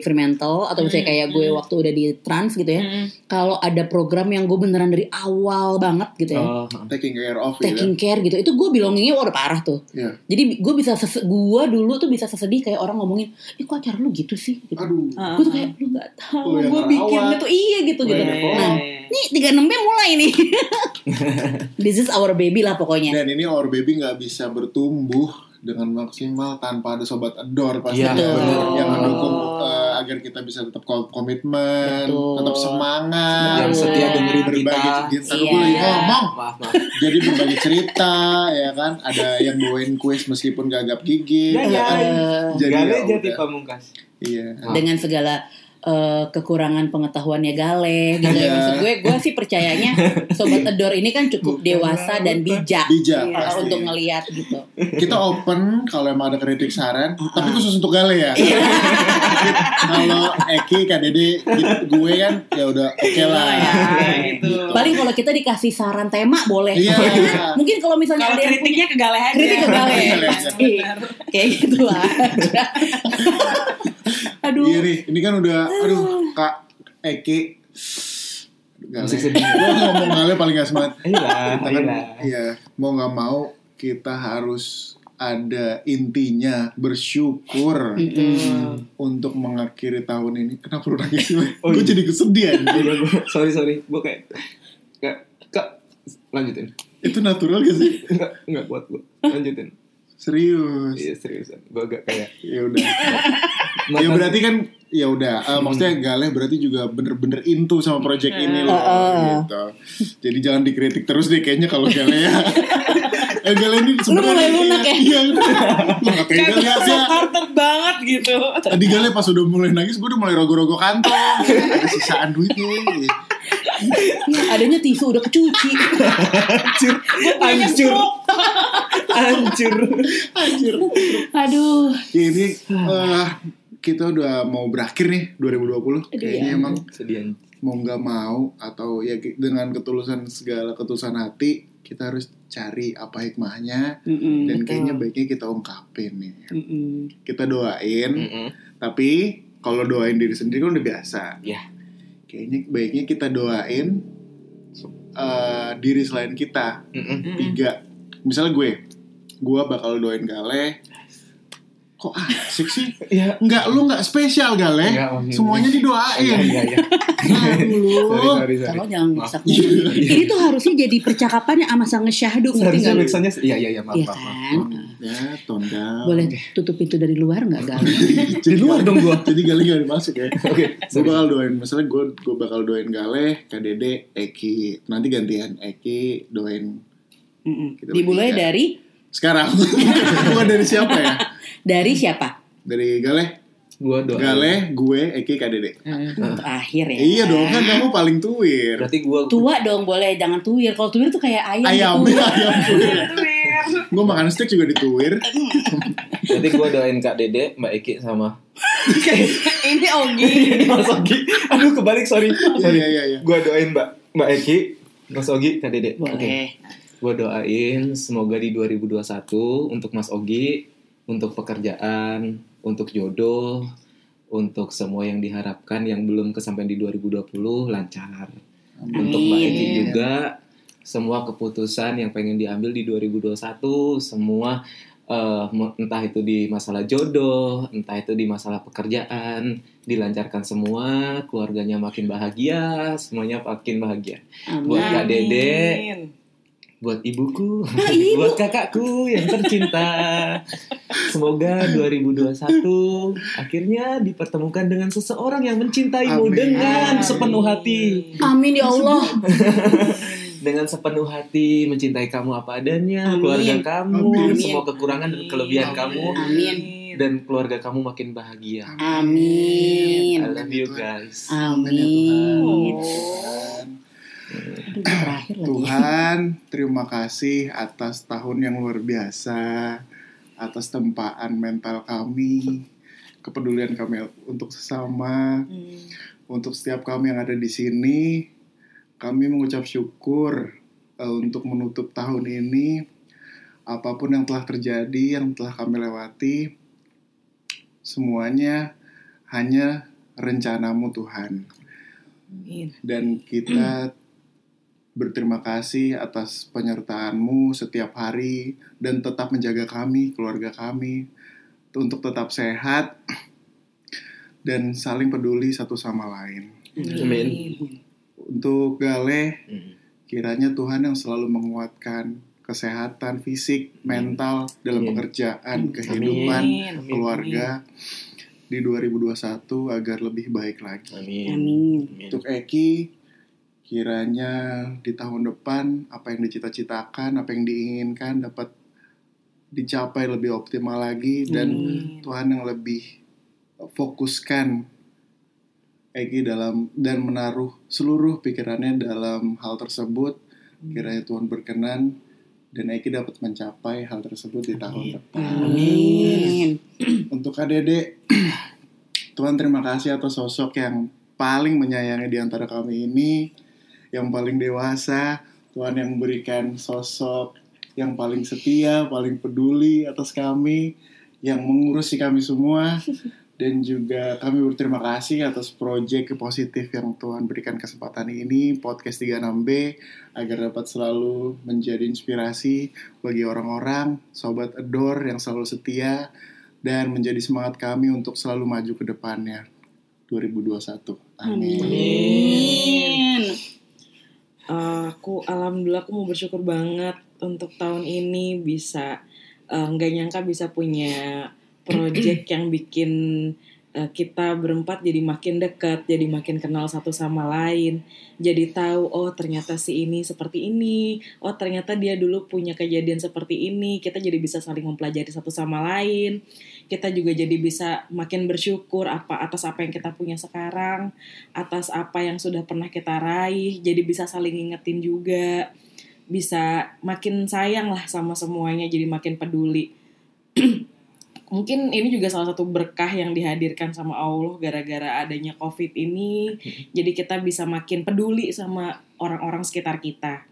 Speaker 1: Fremantle atau misalnya
Speaker 3: Hmm.
Speaker 1: kayak gue waktu udah di Trans gitu ya.
Speaker 2: Mm-mm.
Speaker 1: Kalau ada program yang gue beneran dari awal banget gitu ya.
Speaker 5: Oh,
Speaker 3: taking care of ya.
Speaker 1: Taking care gitu Itu gue belongingnya udah parah tuh
Speaker 3: Iya.
Speaker 1: Jadi gue bisa sese- Gue dulu tuh bisa sesedih Kayak orang ngomongin Ih kok acara lu gitu sih gitu.
Speaker 3: Aduh.
Speaker 2: Ah,
Speaker 1: gue tuh kayak lu gak tahu
Speaker 3: Lu yang
Speaker 1: gue bikinnya
Speaker 3: ngerawat.
Speaker 1: tuh iya gitu gitu
Speaker 3: Lu yang
Speaker 1: nah ini tiga nya mulai nih this is our baby lah pokoknya
Speaker 3: Dan ini our baby nggak bisa bertumbuh dengan maksimal tanpa ada sobat endor pasti
Speaker 5: Iya,
Speaker 2: betul.
Speaker 3: yang mendukung eh, agar kita bisa tetap ko- komitmen,
Speaker 1: Betul.
Speaker 3: tetap semangat,
Speaker 5: yang setia dengerin
Speaker 3: berbagi
Speaker 5: kita.
Speaker 1: Iya.
Speaker 3: cerita. Gue lagi ngomong,
Speaker 5: Oh, Maaf, maaf.
Speaker 3: jadi berbagi cerita ya kan. Ada yang bawain kuis meskipun gagap gigi,
Speaker 5: Dan
Speaker 3: ya kan?
Speaker 1: Eh,
Speaker 3: Jadi
Speaker 5: Gale
Speaker 3: ya
Speaker 5: jadi
Speaker 3: udah.
Speaker 5: pamungkas.
Speaker 3: Iya.
Speaker 1: dengan segala eh, kekurangan pengetahuannya Gale gitu ya
Speaker 3: Iya.
Speaker 1: maksud gue gue sih percayanya sobat edor ini kan cukup dewasa dan bijak
Speaker 2: Iya.
Speaker 3: Bijak pasti.
Speaker 1: untuk ngelihat gitu
Speaker 3: Iya. Kita open kalau emang ada kritik saran, tapi khusus untuk Gale ya.
Speaker 5: Iya.
Speaker 3: kalau Eki, Kak Dede, gue kan ya udah oke lah.
Speaker 5: Iya,
Speaker 2: Ya,
Speaker 1: iya.
Speaker 2: gitu.
Speaker 1: paling kalau kita dikasih saran tema boleh
Speaker 3: Iya.
Speaker 1: mungkin kalau misalnya
Speaker 2: Kalau
Speaker 1: ada yang
Speaker 2: kritiknya ke Galeh aja. Iya,
Speaker 1: kritik ke Gale
Speaker 3: Gale aja.
Speaker 1: pasti kayak gitu gitulah aduh
Speaker 3: Iya nih, ini kan udah, aduh, Kak Eki. Gale.
Speaker 5: Musik sedih.
Speaker 3: Gue ngomong Gale paling gak semangat.
Speaker 5: Ayolah,
Speaker 3: Kita kan,
Speaker 5: ayolah.
Speaker 3: iya, mau gak mau kita harus ada intinya bersyukur untuk mengakhiri tahun ini. Kenapa lu nangis sih?
Speaker 5: Oh,
Speaker 3: gue
Speaker 5: iya.
Speaker 3: jadi kesedihan.
Speaker 5: Iya, gua- sorry, sorry. Gue kayak... Gak, kak, lanjutin.
Speaker 3: Itu natural gak sih?
Speaker 5: Enggak, enggak kuat gue. Lanjutin.
Speaker 3: Serius.
Speaker 5: Iya, seriusan. Gue agak kayak...
Speaker 3: Ya udah. ya berarti kan ya udah eh, maksudnya Galeh berarti juga bener-bener into sama project
Speaker 1: Iya.
Speaker 3: ini loh gitu. Jadi jangan dikritik terus deh kayaknya kalau Galeh ya. eh, Galeh ini sebenarnya
Speaker 1: mulai
Speaker 3: dia-
Speaker 1: lunak ya?
Speaker 3: Iya. Lu nggak tega
Speaker 2: Kagak
Speaker 3: liatnya.
Speaker 2: supporter banget gitu.
Speaker 3: Tadi Galeh pas udah mulai nangis gue udah mulai rogo-rogo kantong. Ada sisaan duitnya.
Speaker 1: Nah, adanya tisu udah kecuci
Speaker 5: hancur. Hancur. Hancur.
Speaker 1: aduh
Speaker 3: Ya ini eh, kita udah mau berakhir nih 2020. Kayaknya emang
Speaker 5: Sedian.
Speaker 3: mau nggak mau atau ya ki- dengan ketulusan segala ketulusan hati kita harus cari apa hikmahnya
Speaker 2: Hmm,
Speaker 1: Mm-mm,
Speaker 3: dan
Speaker 1: betul.
Speaker 3: kayaknya baiknya kita ungkapin nih.
Speaker 1: Mm-mm.
Speaker 3: Kita doain,
Speaker 4: Mm-mm.
Speaker 3: tapi kalau doain diri sendiri kan udah biasa.
Speaker 4: Iya.
Speaker 3: Kayaknya baiknya kita doain eh, diri selain kita
Speaker 4: Mm-mm.
Speaker 3: tiga. Misalnya gue, gue bakal doain Gale. Kok asik sih?
Speaker 5: Ya.
Speaker 4: Iya.
Speaker 3: Enggak, lu enggak spesial Gale.
Speaker 4: Enggak, maksudnya.
Speaker 3: Eh, Semuanya
Speaker 4: Iya, iya,
Speaker 3: didoain.
Speaker 4: iya.
Speaker 3: Aduh,
Speaker 4: Sorry,
Speaker 3: lu.
Speaker 4: sorry, sorry. Iya,
Speaker 1: Kalau jangan
Speaker 4: Maaf.
Speaker 1: rusak mulu.
Speaker 3: Iya,
Speaker 1: Ini tuh harusnya jadi percakapannya sama sang ngesyahdu ngerti
Speaker 4: Seharusnya
Speaker 1: nggak lu?
Speaker 4: mixannya iya iya iya maaf
Speaker 1: Iya
Speaker 4: maaf. maaf.
Speaker 1: kan?
Speaker 3: Ya, tone down.
Speaker 1: Boleh tutup pintu dari luar nggak Gal?
Speaker 4: Di luar dong gua.
Speaker 3: Jadi Gale gak dimasuk ya.
Speaker 4: Oke.
Speaker 3: gue bakal doain misalnya gue gue bakal doain Galeh, KDD, Eki nanti gantian Eki doain
Speaker 1: Mm-mm.
Speaker 3: Kita ya.
Speaker 1: Dimulai
Speaker 3: bertiga.
Speaker 1: dari
Speaker 3: sekarang bukan dari siapa ya
Speaker 1: dari siapa?
Speaker 3: dari Galeh
Speaker 4: Gua doa.
Speaker 3: Galeh gue Eki KDD
Speaker 1: Untuk akhir ya.
Speaker 3: iya dong kan kamu paling tuir
Speaker 4: Berarti gua
Speaker 1: Tua dong boleh, jangan tuwir. Kalau tuwir tuh kayak ayam.
Speaker 3: ayam
Speaker 4: Iya.
Speaker 3: Iya.
Speaker 1: gitu.
Speaker 3: ayam tuir gue makan steak juga dituir
Speaker 4: Eh, berarti gua doain Kak Dede, Mbak Eki sama
Speaker 1: Ini Ogi.
Speaker 4: Iya, Mas Ogi. Aduh kebalik sorry.
Speaker 3: iya iya iya
Speaker 4: Gua doain Mbak Mbak Eki, Mas Ogi, Kak Dede. Oke.
Speaker 1: Boleh.
Speaker 4: Gua doain semoga di 2021 untuk Mas Ogi, untuk pekerjaan, untuk jodoh, untuk semua yang diharapkan yang belum kesampaian di 2020 lancar. Untuk Mbak Eki
Speaker 1: Amin.
Speaker 4: juga semua keputusan yang pengen diambil di 2021 semua eh, mo- entah itu di masalah jodoh, entah itu di masalah pekerjaan dilancarkan semua, keluarganya makin bahagia, semuanya makin bahagia. Buat Kak Dede, buat ibuku,
Speaker 1: Ah, ibu.
Speaker 4: buat kakakku yang tercinta. Semoga 2021 akhirnya dipertemukan dengan seseorang yang mencintaimu
Speaker 3: Amin.
Speaker 4: dengan
Speaker 3: Amin.
Speaker 4: sepenuh hati
Speaker 1: Amin ya Allah.
Speaker 3: Iya.
Speaker 4: dengan sepenuh hati mencintai kamu apa adanya,
Speaker 1: Amin.
Speaker 4: keluarga kamu,
Speaker 3: Amin.
Speaker 4: semua kekurangan dan Kan kelebihan kamu
Speaker 1: Amin.
Speaker 4: dan keluarga kamu makin bahagia. I
Speaker 1: Amin.
Speaker 4: love you guys.
Speaker 1: Amin.
Speaker 3: Tuhan.
Speaker 1: Aduh, terakhir lagi.
Speaker 3: Iya, Tuhan, terima kasih atas tahun yang luar biasa, atas tempaan mental kami, kepedulian kami untuk sesama, untuk setiap kami yang ada di sini. Kami mengucap syukur eh, untuk menutup tahun ini. Apapun yang telah terjadi, yang telah kami lewati, semuanya hanya rencanamu Tuhan dan kita berterima kasih atas penyertaanmu setiap hari dan tetap menjaga kami, keluarga kami untuk tetap sehat dan saling peduli satu sama lain.
Speaker 4: Amin.
Speaker 3: Untuk Galeh, kiranya Tuhan yang selalu menguatkan kesehatan fisik, mental dalam
Speaker 4: Amin.
Speaker 3: pekerjaan,
Speaker 1: Amin.
Speaker 3: kehidupan, keluarga di 2021 agar lebih baik lagi.
Speaker 4: Amin.
Speaker 1: Amin.
Speaker 4: Amin.
Speaker 3: Untuk Eki, kiranya di tahun depan apa yang dicita-citakan, apa yang diinginkan dapat dicapai lebih optimal lagi dan Tuhan yang lebih eh, fokuskan Eki dalam dan menaruh seluruh pikirannya dalam hal tersebut. Kiranya Tuhan berkenan dan Eki dapat mencapai hal tersebut di tahun depan.
Speaker 1: Amin.
Speaker 3: Untuk Kak Dede, Tuhan terima kasih atas sosok yang paling menyayangi di antara kami ini, yang paling dewasa, Tuhan yang memberikan sosok yang paling setia, paling peduli atas kami, yang mengurusi kami semua, dan juga kami berterima kasih atas proyek positif yang Tuhan berikan kesempatan ini, Podcast 36B, agar dapat selalu menjadi inspirasi bagi orang-orang, sobat Adore yang selalu setia, dan menjadi semangat kami untuk selalu maju ke depannya 2021. Amin.
Speaker 1: Amin.
Speaker 2: Eh, aku alhamdulillah aku mau bersyukur banget untuk tahun ini bisa eh, nggak nyangka bisa punya project yang bikin eh, kita berempat jadi makin dekat, jadi makin kenal satu sama lain, jadi tahu oh ternyata si ini seperti ini, oh ternyata dia dulu punya kejadian seperti ini, kita jadi bisa saling mempelajari satu sama lain, kita juga jadi bisa makin bersyukur apa atas apa yang kita punya sekarang atas apa yang sudah pernah kita raih jadi bisa saling ngingetin juga bisa makin sayang lah sama semuanya jadi makin peduli mungkin ini juga salah satu berkah yang dihadirkan sama Allah gara-gara adanya covid ini jadi kita bisa makin peduli sama orang-orang sekitar kita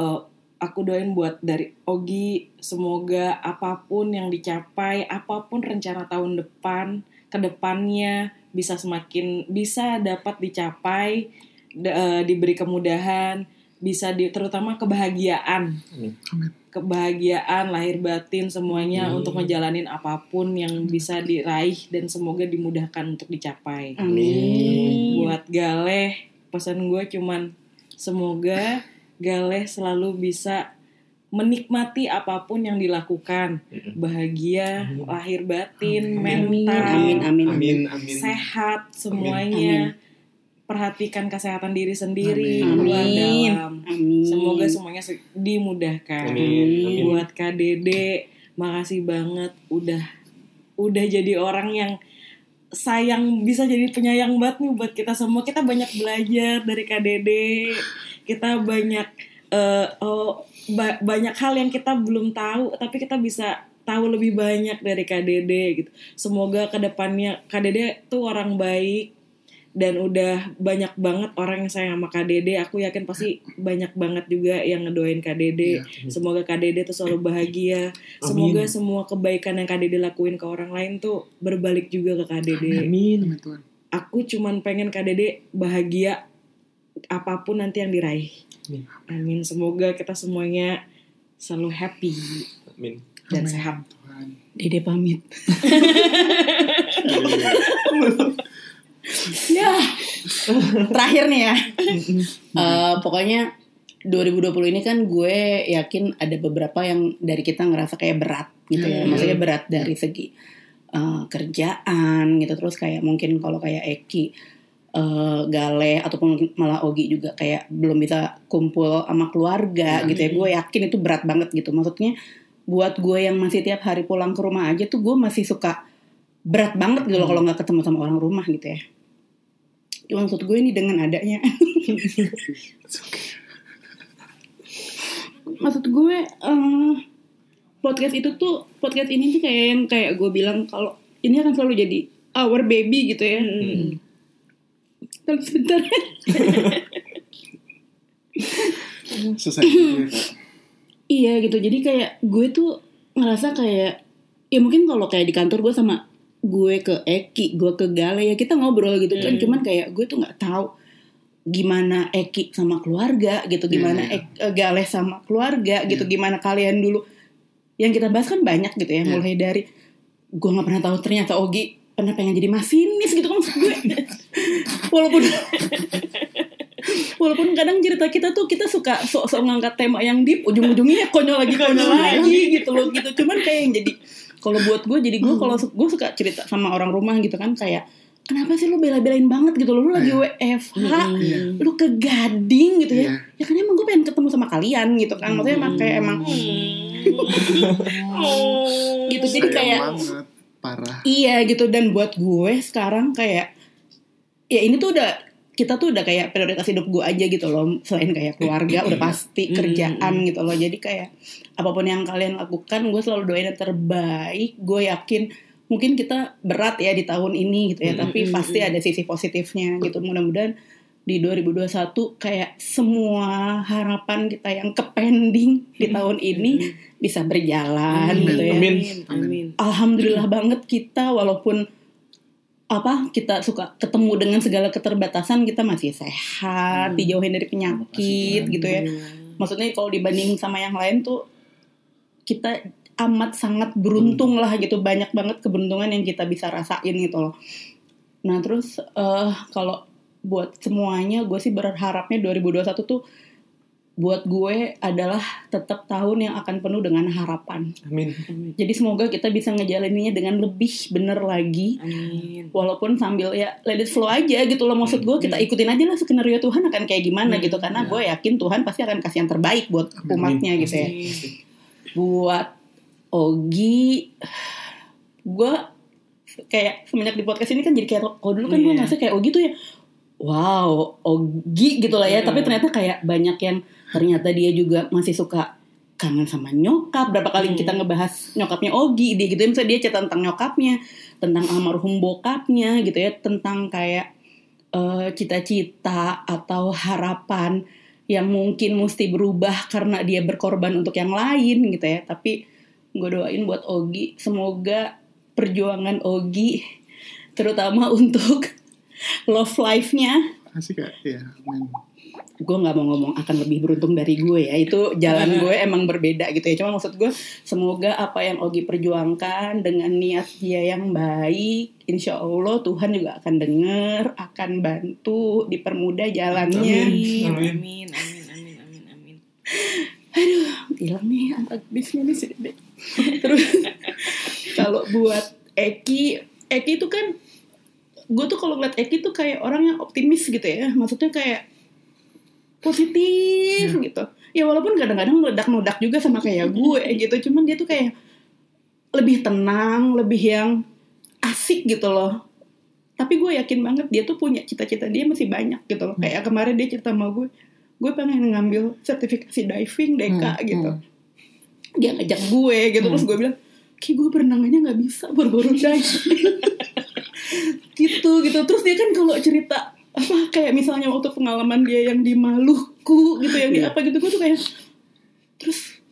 Speaker 2: eh, aku doain buat dari Ogi semoga apapun yang dicapai, apapun rencana tahun depan, kedepannya bisa semakin bisa dapat dicapai, da- eh, diberi kemudahan, bisa di, terutama kebahagiaan,
Speaker 5: Amin.
Speaker 3: Amin.
Speaker 2: kebahagiaan lahir batin semuanya
Speaker 5: Amin.
Speaker 2: untuk ngejalanin apapun yang bisa diraih dan semoga dimudahkan untuk dicapai.
Speaker 1: Amin.
Speaker 2: Buat Galeh, pesan gue cuman semoga Galeh selalu bisa menikmati apapun yang dilakukan,
Speaker 5: Mm-mm.
Speaker 2: bahagia,
Speaker 5: Amin.
Speaker 2: lahir batin,
Speaker 1: Amin.
Speaker 2: mental,
Speaker 1: Amin. Amin. Amin.
Speaker 5: Amin, amin.
Speaker 2: sehat semuanya. Perhatikan kesehatan diri sendiri,
Speaker 1: Amin.
Speaker 2: luar
Speaker 1: Amin.
Speaker 2: dalam.
Speaker 1: Amin.
Speaker 2: Semoga semuanya se- dimudahkan.
Speaker 5: Amin, amin.
Speaker 2: Buat Kak Dede, makasih banget udah udah jadi orang yang sayang bisa jadi penyayang banget nih buat kita semua. Kita banyak belajar dari Kak Dede. Kita banyak eh, oh, ba- banyak hal yang kita belum tahu tapi kita bisa tahu lebih banyak dari Kak Dede gitu. Semoga kedepannya Kak Dede tuh orang baik dan udah banyak banget orang yang sayang sama Kak Dede. Aku yakin pasti banyak banget juga yang ngedoain Kak Dede. Semoga Kak Dede tuh selalu bahagia. Semoga semua kebaikan yang Kak Dede lakuin ke orang lain tuh berbalik juga ke Kak Dede.
Speaker 5: Amin.
Speaker 3: Amin Tuhan.
Speaker 2: Aku cuman pengen Kak Dede bahagia apapun nanti yang diraih.
Speaker 5: Amin.
Speaker 2: Amin. Semoga kita semuanya selalu happy
Speaker 5: Amin.
Speaker 2: dan
Speaker 3: Amin.
Speaker 2: sehat.
Speaker 3: Tuhan.
Speaker 1: Dede pamit.
Speaker 3: Iya.
Speaker 1: Ya. Terakhir nih ya. Eh, pokoknya 2020 ini kan gue yakin ada beberapa yang dari kita ngerasa kayak berat gitu ya.
Speaker 2: Hmm.
Speaker 1: Maksudnya berat dari segi eh, kerjaan gitu terus kayak mungkin kalau kayak Eki eh, Gale ataupun mungkin malah Ogi juga kayak belum bisa kumpul sama keluarga
Speaker 2: Hmm.
Speaker 1: gitu ya. Gue yakin itu berat banget gitu. Maksudnya buat gue yang masih tiap hari pulang ke rumah aja tuh gue masih suka berat banget gitu loh kalau nggak ketemu sama orang rumah gitu ya. Ya, maksud gue ini dengan adanya maksud gue eh, podcast itu tuh podcast ini tuh kayak yang kayak gue bilang kalau ini akan selalu jadi our baby gitu ya tapi sebentar
Speaker 3: Selesai dulu ya, Kak.
Speaker 1: iya gitu jadi kayak gue tuh ngerasa kayak ya mungkin kalau kayak di kantor gue sama gue ke Eki gue ke Gale ya kita ngobrol gitu kan
Speaker 2: Hmm.
Speaker 1: cuman kayak gue tuh nggak tahu gimana Eki sama keluarga gitu gimana Ek- eh, Gale sama keluarga gitu gimana kalian dulu yang kita bahas kan banyak gitu ya
Speaker 3: Iya.
Speaker 1: mulai dari gue nggak pernah tahu ternyata Ogi pernah pengen jadi masinis gitu kan maksud gue walaupun walaupun kadang cerita kita tuh kita suka sok-sok ngangkat tema yang deep ujung-ujungnya konyol lagi konyol lagi gitu loh gitu cuman kayak yang jadi kalau buat gue jadi gue kalau su- gue suka cerita sama orang rumah gitu kan kayak kenapa sih lu bela-belain banget gitu loh lu lagi WFH
Speaker 3: Iya.
Speaker 1: lu ke Gading gitu ya
Speaker 3: Iya.
Speaker 1: ya kan emang gue pengen ketemu sama kalian gitu kan maksudnya emang kayak emang
Speaker 2: Oh.
Speaker 1: gitu jadi
Speaker 3: Sayang
Speaker 1: kayak
Speaker 3: banget. Parah.
Speaker 1: Iya gitu dan buat gue sekarang kayak ya ini tuh udah kita tuh udah kayak prioritas hidup gue aja gitu loh selain kayak keluarga udah pasti kerjaan gitu loh jadi kayak apapun yang kalian lakukan gue selalu doain yang terbaik gue yakin mungkin kita berat ya di tahun ini gitu ya tapi pasti ada sisi positifnya gitu mudah-mudahan di 2021 kayak semua harapan kita yang kepending di tahun ini bisa berjalan gitu ya
Speaker 5: Amin.
Speaker 2: Amin.
Speaker 1: alhamdulillah banget kita walaupun apa kita suka ketemu dengan segala keterbatasan kita masih sehat dijauhin dari penyakit gitu ya maksudnya kalau dibanding sama yang lain tuh kita amat sangat beruntung lah gitu banyak banget keberuntungan yang kita bisa rasain gitu loh nah terus eh kalau buat semuanya gue sih berharapnya 2021 tuh buat gue adalah tetap tahun yang akan penuh dengan harapan
Speaker 5: Amin.
Speaker 1: jadi semoga kita bisa ngejalaninnya dengan lebih bener lagi.
Speaker 2: Amin.
Speaker 1: Walaupun sambil ya let it flow aja gitu loh
Speaker 2: Hmm,
Speaker 1: maksud gue kita ikutin aja lah skenario Tuhan akan kayak gimana gitu
Speaker 2: ya.
Speaker 1: karena gue yakin Tuhan pasti akan kasih yang terbaik buat umatnya gitu ya. Buat Ogi, gue kayak semenjak di podcast ini kan jadi kayak kalau dulu kan gue
Speaker 2: Iya.
Speaker 1: ngerasa kayak Ogi tuh ya wow Ogi gitu lah ya
Speaker 2: Iya.
Speaker 1: tapi ternyata kayak banyak yang ternyata dia juga masih suka kangen sama nyokap berapa kali
Speaker 2: Hmm.
Speaker 1: kita ngebahas nyokapnya Ogi dia gitu misalnya dia cerita tentang nyokapnya tentang almarhum bokapnya gitu ya tentang kayak eh, cita-cita atau harapan yang mungkin mesti berubah karena dia berkorban untuk yang lain gitu ya tapi gue doain buat Ogi semoga perjuangan Ogi terutama untuk love life-nya
Speaker 3: Asik ya, ya. amin.
Speaker 1: gue nggak mau ngomong akan lebih beruntung dari gue ya itu jalan gue emang berbeda gitu ya cuma maksud gue semoga apa yang Ogi perjuangkan dengan niat dia yang baik insya Allah Tuhan juga akan denger akan bantu dipermudah jalannya
Speaker 2: Amin, amin, amin, amin, amin, amin.
Speaker 1: hilang nih antagonisnya nih si Dede. terus kalau buat Eki Eki itu kan gue tuh kalau ngeliat Eki tuh kayak orang yang optimis gitu ya maksudnya kayak positif
Speaker 6: Iya.
Speaker 1: gitu ya walaupun kadang-kadang meledak-meledak juga sama kayak gue gitu cuman dia tuh kayak lebih tenang lebih yang asik gitu loh tapi gue yakin banget dia tuh punya cita-cita dia masih banyak gitu loh
Speaker 6: Hmm.
Speaker 1: kayak kemarin dia cerita sama gue gue pengen ngambil sertifikasi diving deh kak
Speaker 6: Hmm,
Speaker 1: gitu dia ngajak gue gitu terus gue bilang ki gue berenang aja nggak bisa baru-baru diving gitu gitu terus dia kan kalau cerita apa kayak misalnya waktu pengalaman dia yang di Maluku gitu yang di
Speaker 3: Iya.
Speaker 1: apa gitu gue tuh kayak terus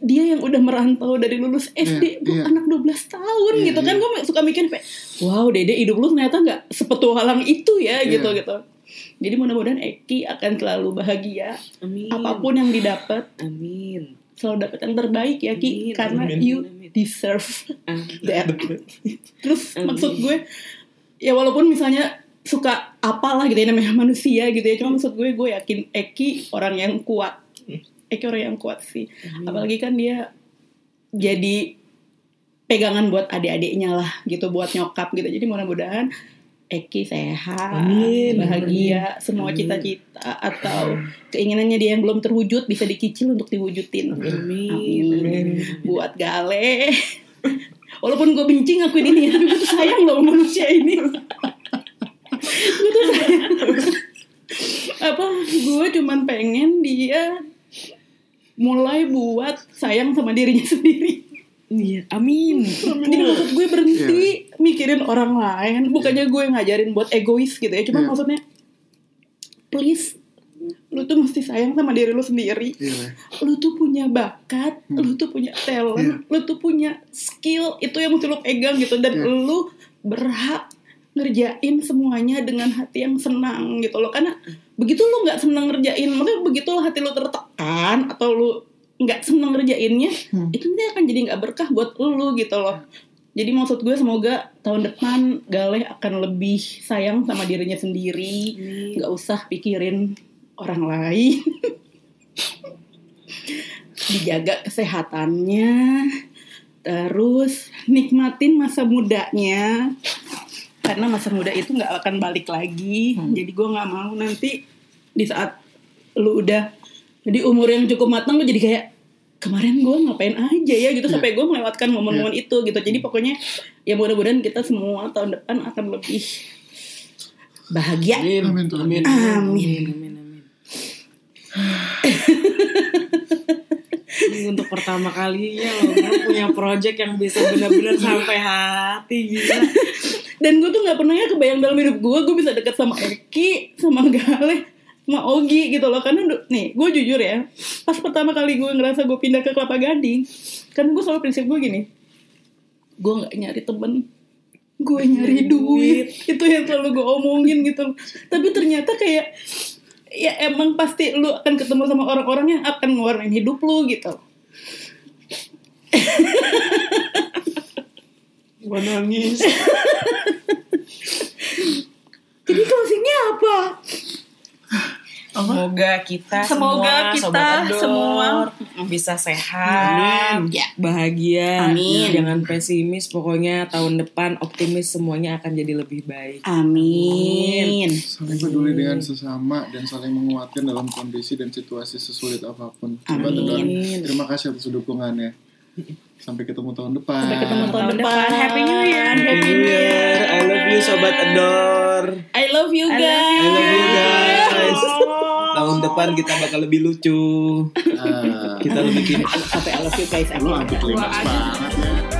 Speaker 1: dia yang udah merantau dari lulus SD
Speaker 3: Iya,
Speaker 1: bu,
Speaker 3: iya.
Speaker 1: anak 12 tahun
Speaker 3: Iya,
Speaker 1: gitu kan
Speaker 3: iya.
Speaker 1: gue suka mikir kayak wow dede hidup lu ternyata nggak sepetualang itu ya
Speaker 3: Iya.
Speaker 1: gitu gitu jadi mudah-mudahan Eki akan selalu bahagia
Speaker 2: Amin.
Speaker 1: apapun yang didapat
Speaker 2: Amin.
Speaker 1: selalu dapat yang terbaik ya Ki
Speaker 2: Amin,
Speaker 1: karena
Speaker 2: amin,
Speaker 1: you
Speaker 2: amin.
Speaker 1: deserve
Speaker 2: Amin.
Speaker 1: that terus
Speaker 2: Amin.
Speaker 1: maksud gue ya walaupun misalnya suka apalah gitu ya namanya manusia gitu ya cuma maksud gue gue yakin Eki orang yang kuat
Speaker 2: Hmm.
Speaker 1: Eki orang yang kuat sih apalagi kan dia jadi pegangan buat adik-adiknya lah gitu buat nyokap gitu jadi mudah-mudahan Eki sehat,
Speaker 2: Amin.
Speaker 1: bahagia, semua cita-cita atau keinginannya dia yang belum terwujud bisa dicicil untuk diwujudin.
Speaker 2: Amin.
Speaker 1: Amin. Buat Gale. Walaupun gue benci ngakuin ini ya, tapi gue tuh sayang loh sama manusia ini. gue tuh sayang. Apa, gue cuman pengen dia mulai buat sayang sama dirinya sendiri.
Speaker 2: Iya, amin.
Speaker 1: Jadi maksud gue berhenti mikirin orang lain. Bukannya gue ngajarin buat egois gitu ya. Cuman
Speaker 3: Iya.
Speaker 1: maksudnya, please, lu tuh mesti sayang sama diri lu sendiri
Speaker 3: Iya, Le.
Speaker 1: lu tuh punya bakat, lu tuh punya talent,
Speaker 3: Hmm. Iya.
Speaker 1: lu tuh punya skill, itu yang mesti lu pegang gitu dan
Speaker 3: Iya.
Speaker 1: lu berhak ngerjain semuanya dengan hati yang senang gitu loh karena begitu lu nggak senang ngerjain maksudnya begitu hati lu tertekan atau lu nggak senang ngerjainnya
Speaker 3: Hmm.
Speaker 1: itu nanti akan jadi nggak berkah buat lu gitu loh jadi maksud gue semoga tahun depan Galeh akan lebih sayang sama dirinya sendiri nggak usah pikirin orang lain dijaga kesehatannya terus nikmatin masa mudanya karena masa muda itu nggak akan balik lagi jadi gue nggak mau nanti di saat lu udah di umur yang cukup matang lu jadi kayak kemarin gue ngapain aja ya gitu sampai gue melewatkan momen-momen itu gitu jadi pokoknya ya mudah-mudahan kita semua tahun depan akan lebih bahagia
Speaker 3: Amin, Tuhan.
Speaker 4: amin.
Speaker 2: Amin, amin, amin. Ini untuk pertama kalinya loh, gue punya project yang bisa benar-benar sampai hati gitu.
Speaker 1: dan gue tuh nggak pernah ya kebayang dalam hidup gue gue bisa deket sama Eki sama Gale sama Ogi gitu loh karena du- nih gue jujur ya pas pertama kali gue ngerasa gue pindah ke Kelapa Gading kan gue selalu prinsip gue gini gue nggak nyari temen gue nyari duit itu yang selalu gue omongin gitu tapi ternyata kayak ya emang pasti lu akan ketemu sama orang-orang yang akan ngewarnain hidup lu gitu
Speaker 2: Gue nangis.
Speaker 1: jadi closingnya apa
Speaker 2: Semoga kita
Speaker 1: Semoga
Speaker 2: semua,
Speaker 1: kita
Speaker 2: Sobat Ador,
Speaker 1: semua.
Speaker 2: bisa sehat,
Speaker 1: Amin. Ya.
Speaker 2: bahagia,
Speaker 1: Amin.
Speaker 2: jangan pesimis. Pokoknya tahun depan optimis semuanya akan jadi lebih baik.
Speaker 1: amin
Speaker 3: Saling peduli dengan
Speaker 1: Iya.
Speaker 3: sesama dan saling menguatkan dalam kondisi dan situasi sesulit apapun. Sobat
Speaker 1: Amin.
Speaker 3: Ador, Terima kasih atas dukungannya. Sampai ketemu tahun depan.
Speaker 1: sampai ketemu tahun, depan.
Speaker 2: Tahun depan. Happy New Year.
Speaker 1: Happy New Year.
Speaker 4: I love you sobat ador.
Speaker 1: I love you guys.
Speaker 4: I love you guys. Tahun depan kita bakal lebih lucu.
Speaker 3: Ah,
Speaker 4: Kita lebih
Speaker 1: Sampai I love you guys.
Speaker 3: Lo anti klimaks banget ya.